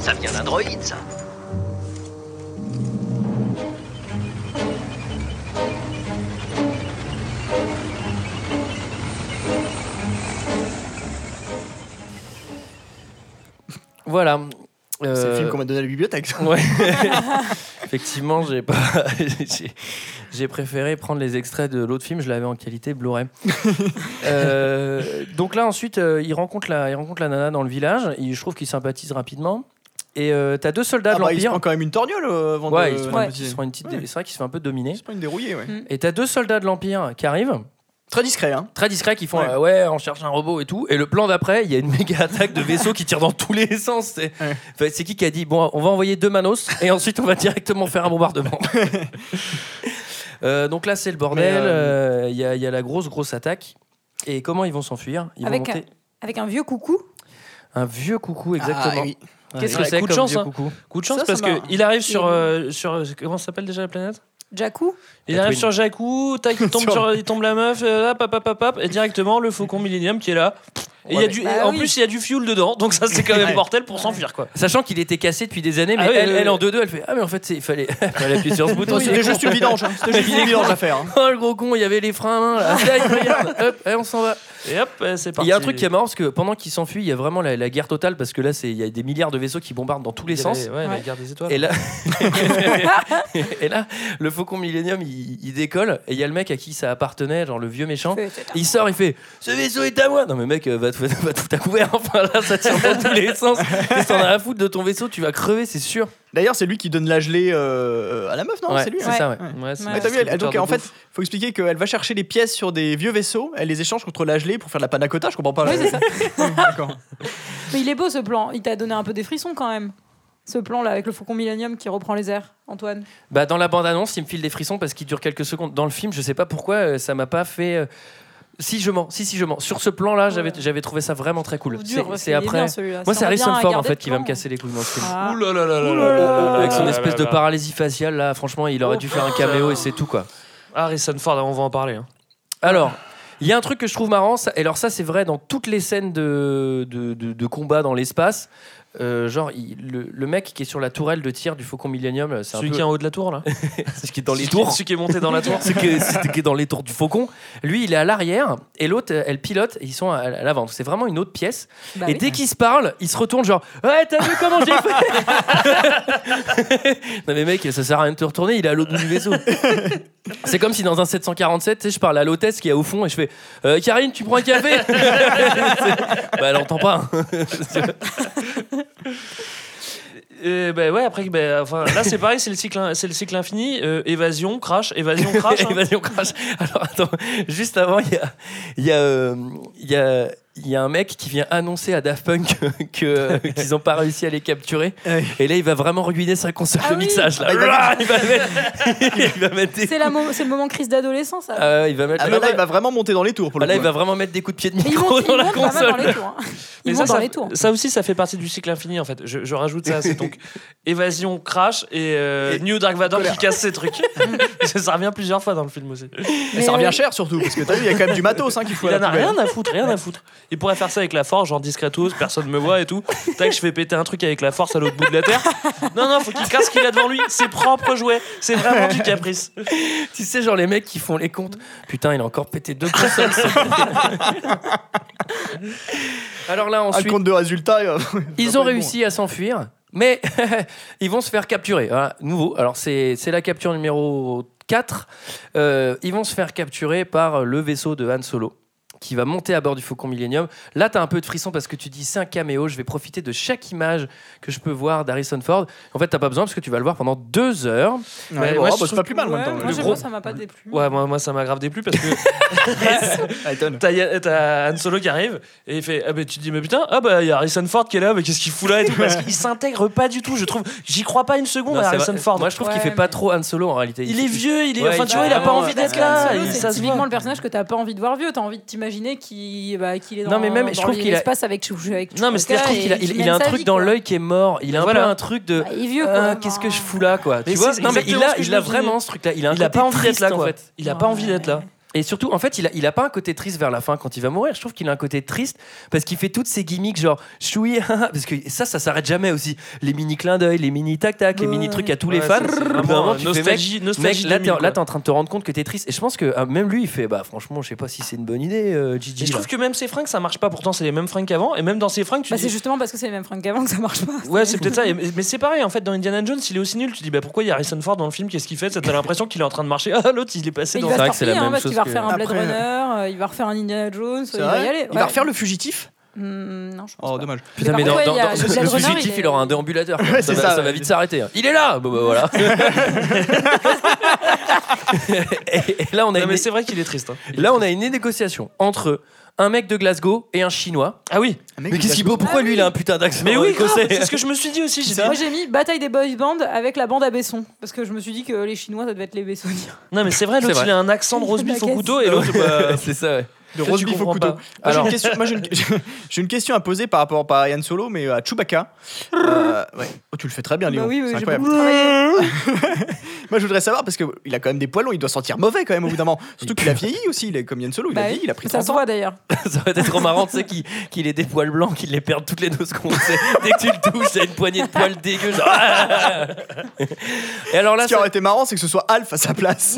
Ça vient d'un droïde, ça.
Voilà.
C'est le
Euh,
film qu'on m'a donné à la bibliothèque. ça.
Ouais. Euh, Effectivement, j'ai pas, j'ai- j'ai préféré prendre les extraits de l'autre film. Je l'avais en qualité Blu-ray. Euh, donc là, ensuite, euh, il rencontre la, il rencontre la nana dans le village. Il, je trouve qu'il sympathise rapidement. Et euh, t'as deux soldats
Ah
de
bah, il se
l'Empire.
prend quand même une torgnole euh, avant
ouais,
de.
ils se
de-
font-
de-
ils se font une petite.
Ouais.
C'est vrai qu'il se fait un peu dominer.
C'est pas une dérouillée,
Mm.
ouais.
Et t'as deux soldats de l'Empire qui arrivent,
Très discret, hein.
très discrets, qui font
Ouais.
euh, ouais. on cherche un robot et tout. Et le plan d'après, il y a une méga attaque de vaisseaux qui tire dans tous les sens. C'est
Ouais.
Enfin, c'est qui qui a dit bon, on va envoyer deux manos et ensuite on va directement faire un bombardement. Euh, donc là, c'est le bordel.
Mais, euh,
euh, Il y, a- il y a la grosse grosse attaque. Et comment ils vont s'enfuir Ils
Avec
vont monter
Avec un vieux coucou.
un vieux coucou exactement.
Ah, oui.
Qu'est-ce
Ouais,
que c'est
coup de
comme
chance,
vieux
hein.
coucou
Coup de chance
Ça, ça
parce
m'a-
qu'il arrive sur, euh, sur. euh, Comment ça s'appelle déjà la planète
Jakku.
Tatooine.
Il arrive sur Jakku, tac, il tombe,
Sur-
sur, il tombe la meuf, euh, hop, hop, hop, hop, hop, et directement le Faucon Millennium qui est là. Et il y a
Ouais,
du,
bah
et en
oui.
plus, il y a du fuel dedans, donc ça c'est quand même
Ouais.
mortel pour s'enfuir quoi.
Sachant qu'il était cassé depuis des années, mais
Ah oui,
elle,
oui,
elle,
oui.
en 2-2, elle fait Ah, mais en fait, c'est- il fallait, fallait appuyer sur ce bouton.
Toi,
il est
C'était
con.
juste une vidange. hein. C'était juste une vidange à faire. hein.
Oh le gros con, il y avait les freins à main là. Allez, regarde, hop, allez, on s'en va.
Et hop, euh, c'est
Il
parti.
y a un truc qui est marrant parce que pendant qu'ils s'enfuient, il y a vraiment la, la guerre totale parce que là, c'est- il y a des milliards de vaisseaux qui bombardent dans tous les
Il y
sens.
avait- ouais, la
Ouais.
guerre des étoiles.
Et là, et là, le Faucon Millennium, il, il décolle et il y a le mec à qui ça appartenait, genre le vieux méchant. Il sort, il fait Ce vaisseau est à moi Non, mais mec, euh, va, te- va tout à couvert. Enfin, là, ça tire dans tous les sens. Qu'est-ce que T'en as à foutre de ton vaisseau, tu vas crever, c'est sûr.
D'ailleurs, c'est lui qui donne la gelée euh, à la meuf, non
Ouais,
C'est lui. hein.
Ouais.
ça, ouais.
Ouais, c'est
Ouais.
un
Ouais, t'as vu, elle-
distributeur
donc
de
en fait,
bouffe.
faut expliquer qu'elle va chercher les pièces sur des vieux vaisseaux, elle les échange contre la gelée pour faire de la panna cotta, je comprends pas.
Oui,
là.
c'est ça.
Ouais, D'accord.
Mais il est beau ce plan. Il t'a donné un peu des frissons quand même. Ce plan là avec le faucon Millennium qui reprend les airs, Antoine.
Bah dans la bande-annonce, il me file des frissons parce qu'il dure quelques secondes. Dans le film, je sais pas pourquoi euh, ça m'a pas fait. euh, Si je mens, si si je mens. Sur ce plan-là, j'avais j'avais trouvé ça vraiment très cool.
Trouve
C'est-
dur, parce
C'est
qu'il est
après.
bien, celui-là.
Moi,
Ça
c'est
revient
Harrison
à
Ford en
garder
fait
le
qui va
plan.
me casser les couilles dans ce film.
Ah.
Ouh là là là là là là
Avec son
là
espèce
là
de
là.
paralysie faciale là, franchement, il aurait dû faire un caméo et c'est tout quoi.
Harrison Ford, on va en parler. hein.
Alors, il y a un truc que je trouve marrant, ça- et alors ça c'est vrai dans toutes les scènes de, de, de- de combat dans l'espace. Euh, genre, il- le, le mec qui est sur la tourelle de tir du Faucon Millennium, c'est un
Celui
peu...
qui est en haut de la tour là.
celui qui est dans les
Celui qui-
tours.
Celui qui est monté dans la tour.
C'est que- c'est qui est dans les tours du faucon. Lui, il est à l'arrière et l'autre, euh, elle pilote et ils sont à, à l'avant. C'est vraiment une autre pièce.
Bah
et
oui.
dès qu'ils se parlent, ils se retournent genre Ouais, t'as vu comment j'ai fait Non, mais mec, ça sert à rien de te retourner, il est à l'autre bout du vaisseau. C'est comme si dans un 747, tu sais, je parle à l'hôtesse qui est au fond et je fais Euh, Karine, tu prends un café C'est- Bah, elle entend pas. hein.
Euh, bah ouais, après, bah, enfin, là c'est pareil, c'est le cycle, in- c'est le cycle infini. euh, évasion, crash, évasion, crash. hein.
Évasion crash. Alors attends, juste avant, il y a, il y, a, euh, il y, a, il y a un mec qui vient annoncer à Daft Punk que- que- qu'ils n'ont pas réussi à les capturer.
Ouais.
Et là, il va vraiment ruiner sa console
Ah
de
oui.
mixage. Là. Il va mettre, il va mettre des...
C'est la mo- c'est le moment crise d'adolescence. ça.
Ah ouais, il va mettre-
Ah, bah, là, il va vraiment monter dans les tours pour
Ah,
le
là, il
coup.
va vraiment mettre des coups de pied de
Mais ils
micro
montent,
dans
ils
la
montent vraiment dans
console.
les tours. hein. Ils
Mais
montent
ça,
dans
ça-
les tours.
ça aussi, ça fait partie du cycle infini en fait. Je, je rajoute ça, c'est donc évasion, crash et, euh,
Et
New Dark Vador
colère.
qui casse ses trucs. ça, ça revient plusieurs fois dans le film aussi.
Et ça revient cher surtout, parce que t'as vu, il y a quand même du matos hein, qu'il faut
Il
à
en
la
a
poubelle.
rien à foutre, rien à foutre. Il pourrait faire ça avec la force, genre discretos, personne me voit et tout. Tac, je fais péter un truc avec la force à l'autre bout de la terre. Non, non, faut qu'il casse ce qu'il a devant lui, ses propres jouets. C'est vraiment du caprice.
Tu sais, genre les mecs qui font les comptes. Putain, il a encore pété deux consoles. ce con. Alors là,
Ah, le
ensuite,
compte de résultat. euh,
Ils
pas
ont
être bon.
réussi à s'enfuir, mais ils vont se faire capturer. Voilà, nouveau. Alors, c'est c'est la capture numéro 4. Euh, ils vont se faire capturer par le vaisseau de Han Solo qui va monter à bord du Faucon Millennium. Là, t'as un peu de frisson parce que tu dis c'est un caméo, je vais profiter de chaque image que je peux voir d'Harrison Ford. En fait, t'as pas besoin parce que tu vas le voir pendant deux heures.
Ouais,
Mais
bon,
moi,
ah, bah,
je
c'est
trouve
pas plus mal en
Ouais,
même temps.
moi,
Le
j'avoue,
gros-
ça m'a pas déplu.
Mmh. Ouais, moi, moi ça m'a grave déplu parce que
Ah, étonne.
T'as Ya- T'as Han Solo qui arrive et il fait ah bah tu te dis mais putain ah bah il y a Harrison Ford qui est là mais qu'est-ce qu'il fout là et tout parce qu'il s'intègre pas du tout je trouve j'y crois pas une seconde
Non,
à
c'est
Harrison
vrai.
Ford
Moi, je trouve qu'il
Ouais,
fait pas
mais-
trop Han Solo en réalité.
il est vieux il est
Ouais,
enfin
il-
tu vois il a pas
vraiment,
envie d'être
parce
là
que
Han Solo,
il-
Bah, c'est
ça se voit.
typiquement le personnage que t'as pas envie de voir vieux. T'as envie de t'imaginer qu'il bah, qu'il est dans,
Non, mais même,
dans
je trouve qu'il a-
l'espace avec, avec
Non, mais c'est-à-dire je trouve qu'il a, il- il a un truc dans l'œil qui est mort. Il a un
Voilà.
peu un truc de.
Bah, il est vieux, quoi,
Ah,
vraiment.
Qu'est-ce que je fous là, quoi
hein. Mais
Tu vois
c'est
Non, mais il
exactement
a,
ce que je
il a
me dis.
vraiment ce truc-là. Il a, un
il a
côté
pas envie d'être
triste,
là
en
quoi
fait.
il a pas envie d'être là
Et surtout, en fait, il a, il a pas un côté triste vers la fin quand il va mourir. Je trouve qu'il a un côté triste parce qu'il fait toutes ces gimmicks, genre choui, haha, parce que ça, ça s'arrête jamais aussi. Les mini clins d'œil, les mini tac-tac, les mini trucs à tous les
Ouais,
fans.
c'est- c'est
Au bout d'un
vraiment,
moment,
euh,
tu fais, mec,
nostalgie,
Mec,
nostalgie
là,
2000,
t'es, là,
quoi.
t'es en train de te rendre compte que t'es triste. Et je pense que ah, même lui, il fait bah franchement, je sais pas si c'est une bonne idée, euh, Gigi.
Et je
là.
trouve que même ces fringues, ça marche pas. Pourtant, c'est les mêmes fringues qu'avant. Et même dans ces fringues, tu
Bah,
dis-
c'est justement parce que c'est les mêmes fringues qu'avant que ça marche pas.
Ouais, c'est peut-être ça. Et- Mais c'est pareil, en fait, dans Indiana Jones, il est aussi nul. Tu dis, bah pourquoi il y a Harrison Ford dans le film Qu'est-ce qu'il fait Ça, T'as l'impression qu'il est en train de marcher. Ah, l'autre, il est passé
Mais il va
dans.
C'est
se
vrai que c'est la
torpiller, hein,
même
parce
chose
qu'il va
que-
refaire un Blade
Après, euh,
Runner, euh, il va refaire un Indiana Jones, il
vrai
va y aller.
Il va
ouais.
refaire le fugitif
Hmm, non, je pense
Oh,
pas.
dommage.
Putain, mais
par
dans,
contre,
dans-
ouais, il y a-
dans-
Blade
le
Runner,
fugitif,
il est-
il aura un déambulateur. quoi.
Ouais,
ça,
c'est
va,
ça,
ça va
ouais.
vite s'arrêter. hein. Il est là Bon, bah, voilà. et, et là, on a
Non,
une,
mais c'est vrai qu'il est triste. hein.
là, on a une négociation entre un mec de Glasgow et un chinois.
Ah oui.
Mais qu'est-ce qu'il beau Pourquoi
Ah
lui,
oui.
il a un putain d'accent
Mais oui, grave,
écossais
c'est ce que je me suis dit aussi. J'ai dit,
Moi j'ai mis Bataille des Boys Band avec la bande à Besson parce que je me suis dit que les Chinois ça devait être les Bessoniens.
non, mais c'est vrai,
C'est
l'autre,
vrai.
il a un accent de roast beef au couteau et l'autre, bah,
C'est ça, ouais.
De
toi, tu
Rosby
comprends
Fokuto.
pas.
Moi, j'ai
Alors-
une question- moi, j'ai une, j'ai une question à poser par rapport pas à Yann Solo, mais à Chewbacca. Euh, ouais. Oh, tu le fais très bien, Léon.
Bah oui, oui,
c'est
j'ai beaucoup
incroyable.
travaillé.
Moi, je voudrais savoir parce qu'il a quand même des poils longs, il doit sentir mauvais quand même au bout d'un moment. Surtout qu'il a vieilli aussi, il est comme Yann Solo, il
Bah
a
oui,
vieilli, il a pris
ça
30
se
ans.
voit d'ailleurs.
Ça va être trop marrant, tu sais, qu'il qu'il ait des poils blancs, qu'il les perde toutes les deux secondes. Tu sais, Dès que tu le touches, t'as une poignée de poils dégueu. genre, ah Et alors là,
Ce qui
ça-
aurait été marrant, c'est que ce soit Alf à sa place.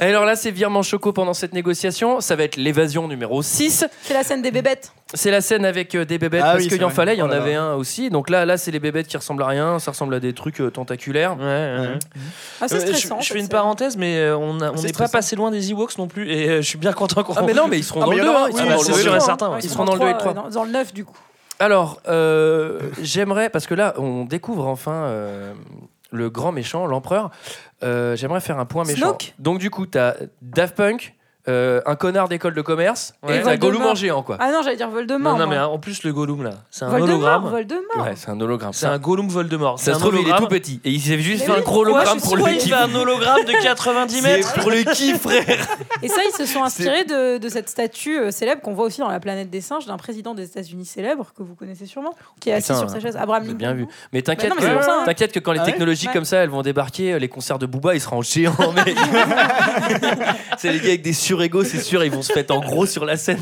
et alors là, c'est virement choco pendant cette négociation. Ça va être l'évasion numéro 6.
C'est la scène des bébêtes.
C'est la scène avec euh, des bébêtes
Ah
parce
oui,
qu'il
c'est
en
vrai.
fallait, il y en
Oh là là.
avait un aussi. Donc là, là, c'est les bébêtes qui ressemblent à rien, ça ressemble à des trucs euh, tentaculaires.
Mmh.
Ouais, ouais.
Ah, c'est
Euh, je-
stressant.
je,
ça,
fais une
c'est-
parenthèse, mais euh, on a- on
C'est
n'est pas
stressant.
passé loin des Ewoks non plus, et euh, je suis bien content qu'on.
Ah mais non, mais ils seront
Ah,
dans
mais
le
il y
2,
en a
ils
un, oui,
seront
oui,
dans
bah, c'est
le
sûr
deux,
et
hein.
certain, ouais.
Ils seront dans le 2 et le 3.
euh, Dans, dans le 9 du coup.
Alors, euh, j'aimerais, parce que là, on découvre enfin euh, le grand méchant, l'empereur. Euh, j'aimerais faire un point méchant.
Snoke
Donc, du coup, t'as Daft Punk, euh, un connard d'école de commerce, et
Ouais. Et
t'as
Voldemort.
Gollum en géant, quoi.
Ah non, j'allais dire Voldemort.
Non, non,
moi.
mais hein, en plus, le Gollum là, c'est un
Voldemort,
hologramme.
Voldemort.
Ouais, c'est un hologramme.
Ah. C'est
Ça,
un Gollum Voldemort. C'est
ça se
un
trouve, il est
hologramme.
tout petit. Et il s'est juste
Mais
fait
oui,
un gros
pourquoi je
hologramme
suis
pour le
sûre
Pourquoi il
kiff.
fait un hologramme de 90 mètres
C'est pour le kiff, frère.
Et ça, ils se sont inspirés de, de cette statue euh, célèbre qu'on voit aussi dans La planète des singes d'un président des États-Unis célèbre que vous connaissez sûrement, qui est assis
Putain,
sur sa chaise. Abraham
J'ai
Lincoln.
bien vu. Mais t'inquiète
Bah non, mais c'est
que,
pour ça, hein.
t'inquiète que quand les
Ah ouais
technologies
Ouais.
comme ça, elles vont débarquer, euh, les concerts de Booba, ils seront géants. mec. c'est les gars avec des surégos, c'est sûr, ils vont se mettre en gros sur la scène.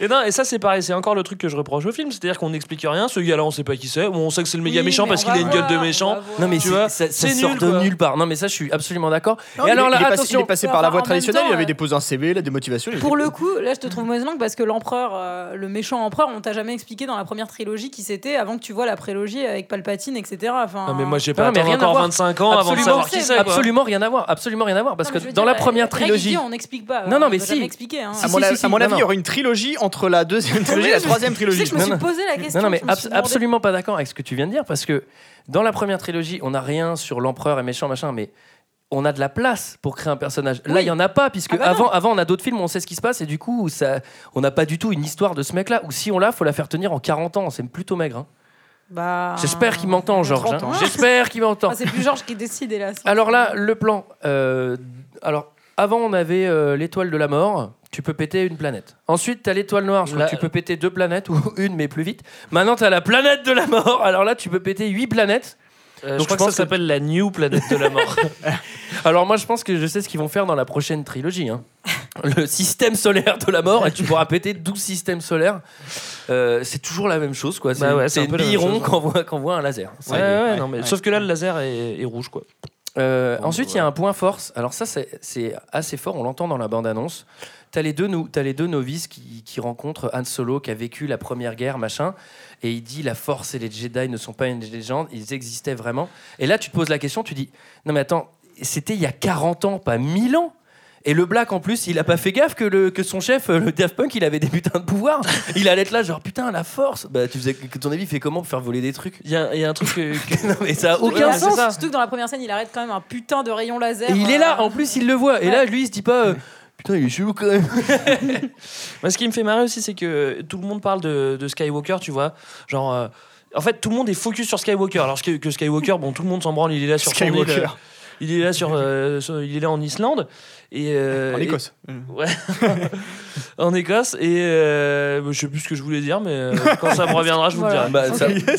Et non, et ça c'est pareil, c'est encore le truc que je reproche au film, c'est-à-dire qu'on n'explique rien, ce gars-là on sait pas qui c'est, on sait que c'est le méga
Oui,
méchant
mais
parce
on
qu'il
va
a une gueule de
voir, on
méchant.
va voir.
Non mais
Tu
c'est-
vois,
ça, ça
c'est
sort
nul,
de
quoi.
nulle part. Non mais ça je suis absolument d'accord.
Non,
Et
il
alors
est-
là
il est passé,
attention.
il est passé
Enfin,
par la voie
en même
traditionnelle,
temps,
il avait
euh,
déposé un CV, il a des motivations. il a-
Pour le coup, là, je te trouve mauvaise langue parce que l'empereur, euh, le méchant empereur, on t'a jamais expliqué dans la première trilogie qui c'était avant que tu vois la prélogie avec Palpatine, etc. Enfin,
Non mais moi j'ai
Non,
pas
mais
attendu
rien à
encore
voir.
25 ans avant de
Absolument.
savoir qui c'est. quoi.
absolument rien à voir, absolument rien à voir parce
Non,
que
mais je veux
dans
dire,
la première
euh, Greg, il
trilogie.
dit, on n'explique pas.
Non, non, mais si.
Expliquer, hein.
Si,
à mon,
si,
avis-
si, si,
à mon
non,
avis, il y
non.
aurait une trilogie entre la deuxième trilogie et la troisième
Tu sais
trilogie.
que je me
Non,
suis
non.
posé la question.
Non, non, mais
je me
abs-
suis demandé-
absolument pas d'accord avec ce que tu viens de dire parce que dans la première trilogie, on n'a rien sur l'empereur et méchant machin, mais on a de la place pour créer un personnage. Là, il
Oui.
y en a pas puisque
Ah bah non.
avant, avant, on a d'autres films où on sait ce qui se passe et du coup, ça, on n'a pas du tout une histoire de ce mec-là. Ou si on l'a, faut la faire tenir en 40 ans. C'est plutôt maigre. hein.
Bah,
J'espère qu'il m'entend, Georges. hein.
30 ans.
J'espère qu'il m'entend.
Ah, c'est plus Georges qui décide, hélas.
Alors là, le plan. euh, alors, avant, on avait euh, l'étoile de la mort. Tu peux péter une planète. Ensuite, t'as l'étoile noire. Je crois
La-
que tu peux péter deux planètes ou une, mais plus vite. Maintenant, t'as la planète de la mort. Alors là, tu peux péter huit planètes.
Euh,
Donc,
je
je
crois que ça
pense que-
s'appelle la New Planète de la Mort.
Alors moi, je pense que je sais ce qu'ils vont faire dans la prochaine trilogie. hein. Le système solaire de la mort. Et tu pourras péter 12 systèmes solaires. Euh, c'est toujours la même chose, quoi. C'est
Bah ouais, c'est
c'est
un
une
peu la même
bille
chose,
ronde
ouais.
qu'envoie qu'envoie un laser.
Ouais, ouais,
ouais,
non, mais...
ouais.
Sauf que là, le laser est, est rouge, quoi.
Euh,
Bon,
ensuite, il y a un point force. Alors ça, c'est- c'est assez fort. On l'entend dans la bande-annonce. T'as les deux, nou- t'as les deux novices qui, qui rencontrent Han Solo qui a vécu la première guerre, machin, et il dit la Force et les Jedi ne sont pas une légende, ils existaient vraiment. Et là, tu te poses la question, tu dis non mais attends, c'était il y a 40 ans, pas 1000 ans. Et le Black en plus, il a pas fait gaffe que, le, que son chef, euh, le Daft Punk, il avait des putains de pouvoirs. Il allait être là genre putain la Force. Bah tu faisais que ton avis il fait comment pour faire voler des trucs
Il y, a il y a un truc que. que-
Non mais ça a
Surtout qu'il y a
aucun
un
sens.
sens, Surtout que dans la première scène, il arrête quand même un putain de rayon laser. Euh,
Et il est là, en plus il le voit. Et
Ouais.
là, lui, il se dit pas. euh, Putain, il est chelou quand même.
Moi, ce qui me fait marrer aussi, c'est que tout le monde parle de, de Skywalker, tu vois. Genre. euh, En fait, tout le monde est focus sur Skywalker. Alors que, que Skywalker, bon, tout le monde s'en branle, il est là sur son île, euh,
Skywalker.
Il est là sur, euh, sur- il est là en Islande et euh,
en
et-
Écosse.
Ouais. en Écosse et euh, je sais plus ce que je voulais dire mais euh, quand ça me reviendra je vous
Voilà.
le
Bah, ça-
dirai.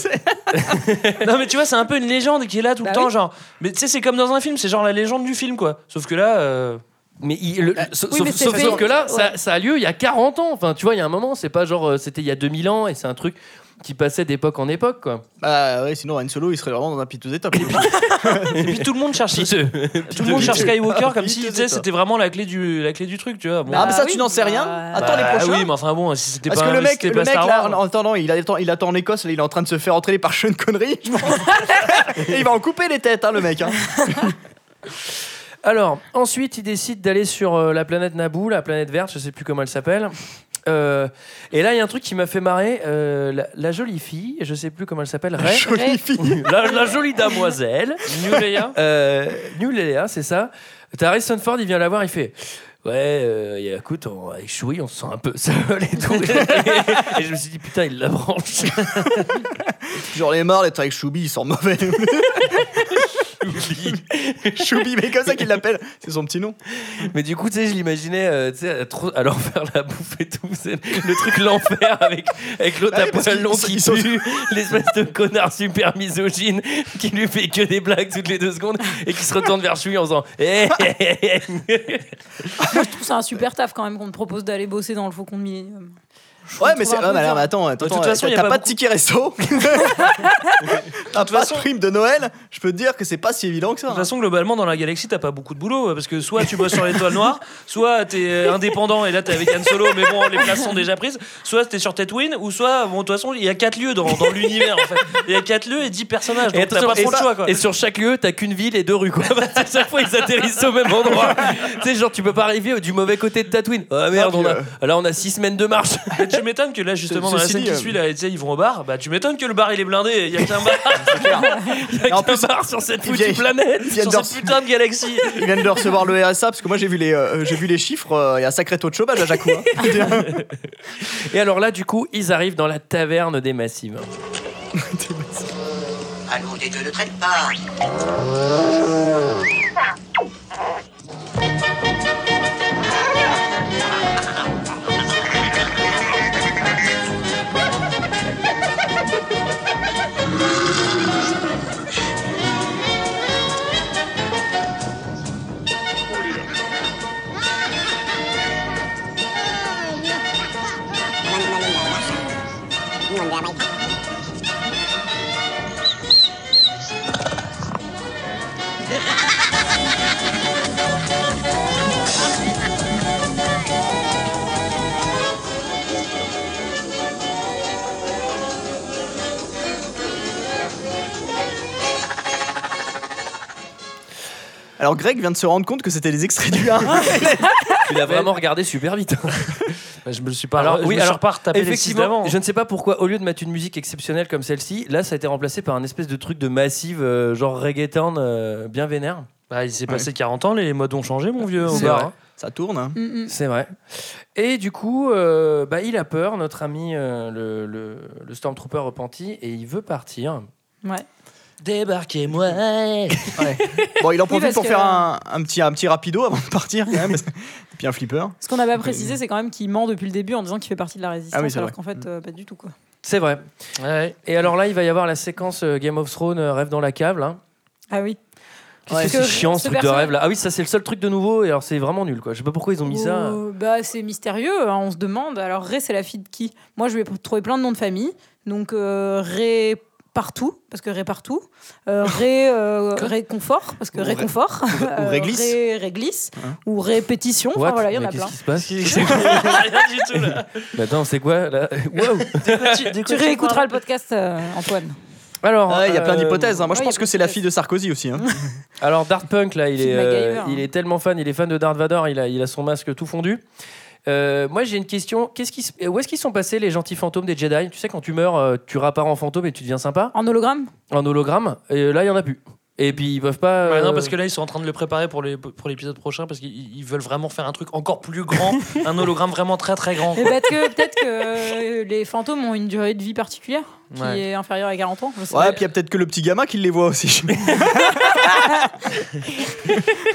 Non mais tu vois c'est un peu une légende qui est là tout
Bah
le temps
oui.
genre mais tu sais c'est comme dans un film c'est genre la légende du film quoi sauf que là euh,
Mais il- le- le- sa-
Ah, oui,
sauf,
mais c'est
sauf-
fait-
sauf que là,
ouais.
ça, ça a lieu il y a 40 ans. Enfin, tu vois, il y a un moment, c'est pas genre euh, c'était il y a 2000 ans et c'est un truc qui passait d'époque en époque, quoi.
Bah ouais, sinon Han Solo il serait vraiment dans un piteux état.
et puis tout le monde cherche
Piteux.
tout le monde cherche Skywalker comme
Piteux
si tu
état.
sais c'était vraiment la clé du la clé du truc tu vois bon.
Ah, mais ça,
oui,
tu n'en sais rien.
bah,
Attends
Bah
les prochains.
oui mais enfin bon si c'était
Parce
pas
que le
si
mec,
c'était
le
pas
mec
Star
là,
Wars.
en en attendant, il attend, il attend en Écosse, là, il est en train de se faire entraîner par Sean Connery. je pense. Et il va en couper les têtes, hein, le mec. hein.
Alors, ensuite, il décide d'aller sur euh, la planète Naboo, la planète verte, je sais plus comment elle s'appelle. Euh, et là, il y a un truc qui m'a fait marrer. euh, la, la jolie fille, je sais plus comment elle s'appelle,
Eh,
Ray.
Jolie fille.
la, la jolie damoiselle.
New Leia
Euh, New Leia, c'est ça. T'as Harrison Ford, il vient la voir, il fait. Ouais, euh, et écoute, on, avec Choui, on se sent un peu seul et tout. et je me suis dit, putain, il la branche.
Genre les morts, les trucs avec Choubi, ils sont mauvais. Choubi, mais comme ça qu'il l'appelle, c'est son petit nom.
Mais du coup, tu sais, je l'imaginais, euh, tu sais, à trop- à leur faire la bouffe et tout. c'est Le truc l'enfer avec, avec l'autre
Ah
à
oui, parce
poil
qu'ils
long
sont-
qui
ils sont-
tue, l'espèce de connard super misogyne qui lui fait que des blagues toutes les deux secondes et qui se retourne vers Choui en faisant. Eh, eh, eh, eh.
Je trouve ça un super taf quand même qu'on te propose d'aller bosser dans le Faucon de Millennium. Je
Ouais,
trouve
mais c'est.
un
Ah,
peu
mais alors,
dur.
mais attends, attends,
toute façon,
t'as-
y a
t'as
pas
pas, de
beaucoup-
ticket resto. t'as pas de prime de Noël. Je peux te dire que c'est pas si évident que ça.
De
hein.
toute façon, globalement, dans la galaxie, t'as pas beaucoup de boulot parce que soit tu bosses sur l'étoile noire, soit t'es euh, indépendant et là t'es avec Han Solo, mais bon, les places sont déjà prises, soit t'es sur Tatooine, ou soit, bon, de toute façon, il y a 4 lieux dans, dans l'univers en fait. Il y a 4 lieux et 10 personnages,
Et
donc t'as
attention,
pas
et
trop de
ça-
choix quoi. Bah,
Et sur chaque lieu, t'as qu'une ville et deux rues, quoi. À chaque fois, ils atterrissent au même endroit. tu sais, genre, tu peux pas arriver au- du mauvais côté de Tatooine. Ah merde,
Ah,
on
puis,
a, là, on a six semaines de marche.
Et tu m'étonnes que là, justement, dans la
Ceci
scène
dit,
qui
euh,
suit, là, tu sais, ils vont au bar, bah tu m'étonnes que le bar il est blindé, il y a qu'un bar,
Il y a
en
qu'un
plus,
bar sur cette
il
foutue
vient-
planète.
il vient
sur
de-
cette putain de galaxie.
Ils viennent de recevoir le RSA parce que moi j'ai vu les euh, j'ai vu les chiffres, euh, il y a un sacré taux de chômage à Jacou. hein.
Et alors là, du coup, ils arrivent dans la taverne des massives.
Allons, des deux, ne traite pas.
Alors Greg vient de se rendre compte que c'était des extraits du 1.
Tu l'as vraiment regardé super vite. hein.
Bah, je me suis pas,
Alors,
je
oui,
me suis
alors,
repart taper les six
Effectivement,
d'avant. hein.
je ne sais pas pourquoi, au lieu de mettre une musique exceptionnelle comme celle-ci, là, ça a été remplacé par un espèce de truc de massive, euh, genre reggaeton, euh, bien vénère.
Bah, il s'est passé 40 ans, les modes ont changé, mon vieux, au
C'est
bar.
vrai.
hein.
Ça tourne. hein.
Mm, mm.
C'est vrai. Et du coup, euh, bah, il a peur, notre ami, euh, le, le- le Stormtrooper repenti, et il veut partir.
Ouais.
Débarquez-moi.
Bon, il en
Oui,
profite
parce
pour
que-
faire un, un petit un petit rapido avant de partir quand même. parce que- Puis un flipper.
Ce qu'on n'a
Bah,
pas précisé, c'est quand même qu'il ment depuis le début en disant qu'il fait partie de la résistance,
Ah oui, c'est
alors
vrai.
qu'en
Mm.
fait, euh, pas du tout. Quoi.
C'est vrai.
Ouais.
Et alors là, il va y avoir la séquence euh, Game of Thrones, euh, rêve dans la cave, là.
Ah oui.
Qu'est-ce que
Parce
c'est
que
chiant ce,
ce
truc de
personnage-
rêve là Ah oui, ça c'est le seul truc de nouveau et alors c'est vraiment nul quoi. Je sais pas pourquoi ils ont mis ça.
Euh, bah, c'est mystérieux, hein, on se demande. Alors, Ré, c'est la fille de qui Moi, je lui ai trouvé plein de noms de famille. Donc, euh, Ré partout, parce que Ré partout. Euh, Ré, euh, réconfort, parce que
Ou Ré-
réconfort. Euh,
Réglisse.
Ré réglisse.
Hein.
Ou répétition. Enfin,
What
voilà, il y en
Mais
a
qu'est-ce
plein.
qui se passe
Rien du tout, là.
Mais Attends, c'est quoi là Wow
Tu réécouteras le podcast, euh, Antoine.
Alors,
Ah, Il y a plein
euh,
d'hypothèses. hein. Moi, je
ouais,
pense
il y a
que c'est la
des
fille de Sarkozy aussi. hein.
Alors Dart Punk là, il
Film
est, euh,
MacGyver, hein.
il est tellement fan, il est fan de Darth Vader, il a, il a son masque tout fondu. Euh, moi j'ai une question, Qu'est-ce qui, se- euh, où est-ce qu'ils sont passés les gentils fantômes des Jedi Tu sais quand tu meurs, euh, tu rappars en fantôme et tu deviens sympa,
En hologramme
en hologramme, et là il y en a plus. Et puis ils peuvent pas.
Ouais,
euh,
non, parce que là, ils sont en train de le préparer pour les- pour l'épisode prochain parce qu'ils ils veulent vraiment faire un truc encore plus grand, un hologramme vraiment très très grand.
Mais peut-être Eh ben, que, peut-être que euh, les fantômes ont une durée de vie particulière qui
Ouais.
est inférieure à 40 ans. je sais
Ouais,
pas.
puis il y a peut-être que le petit gamin qui les voit aussi.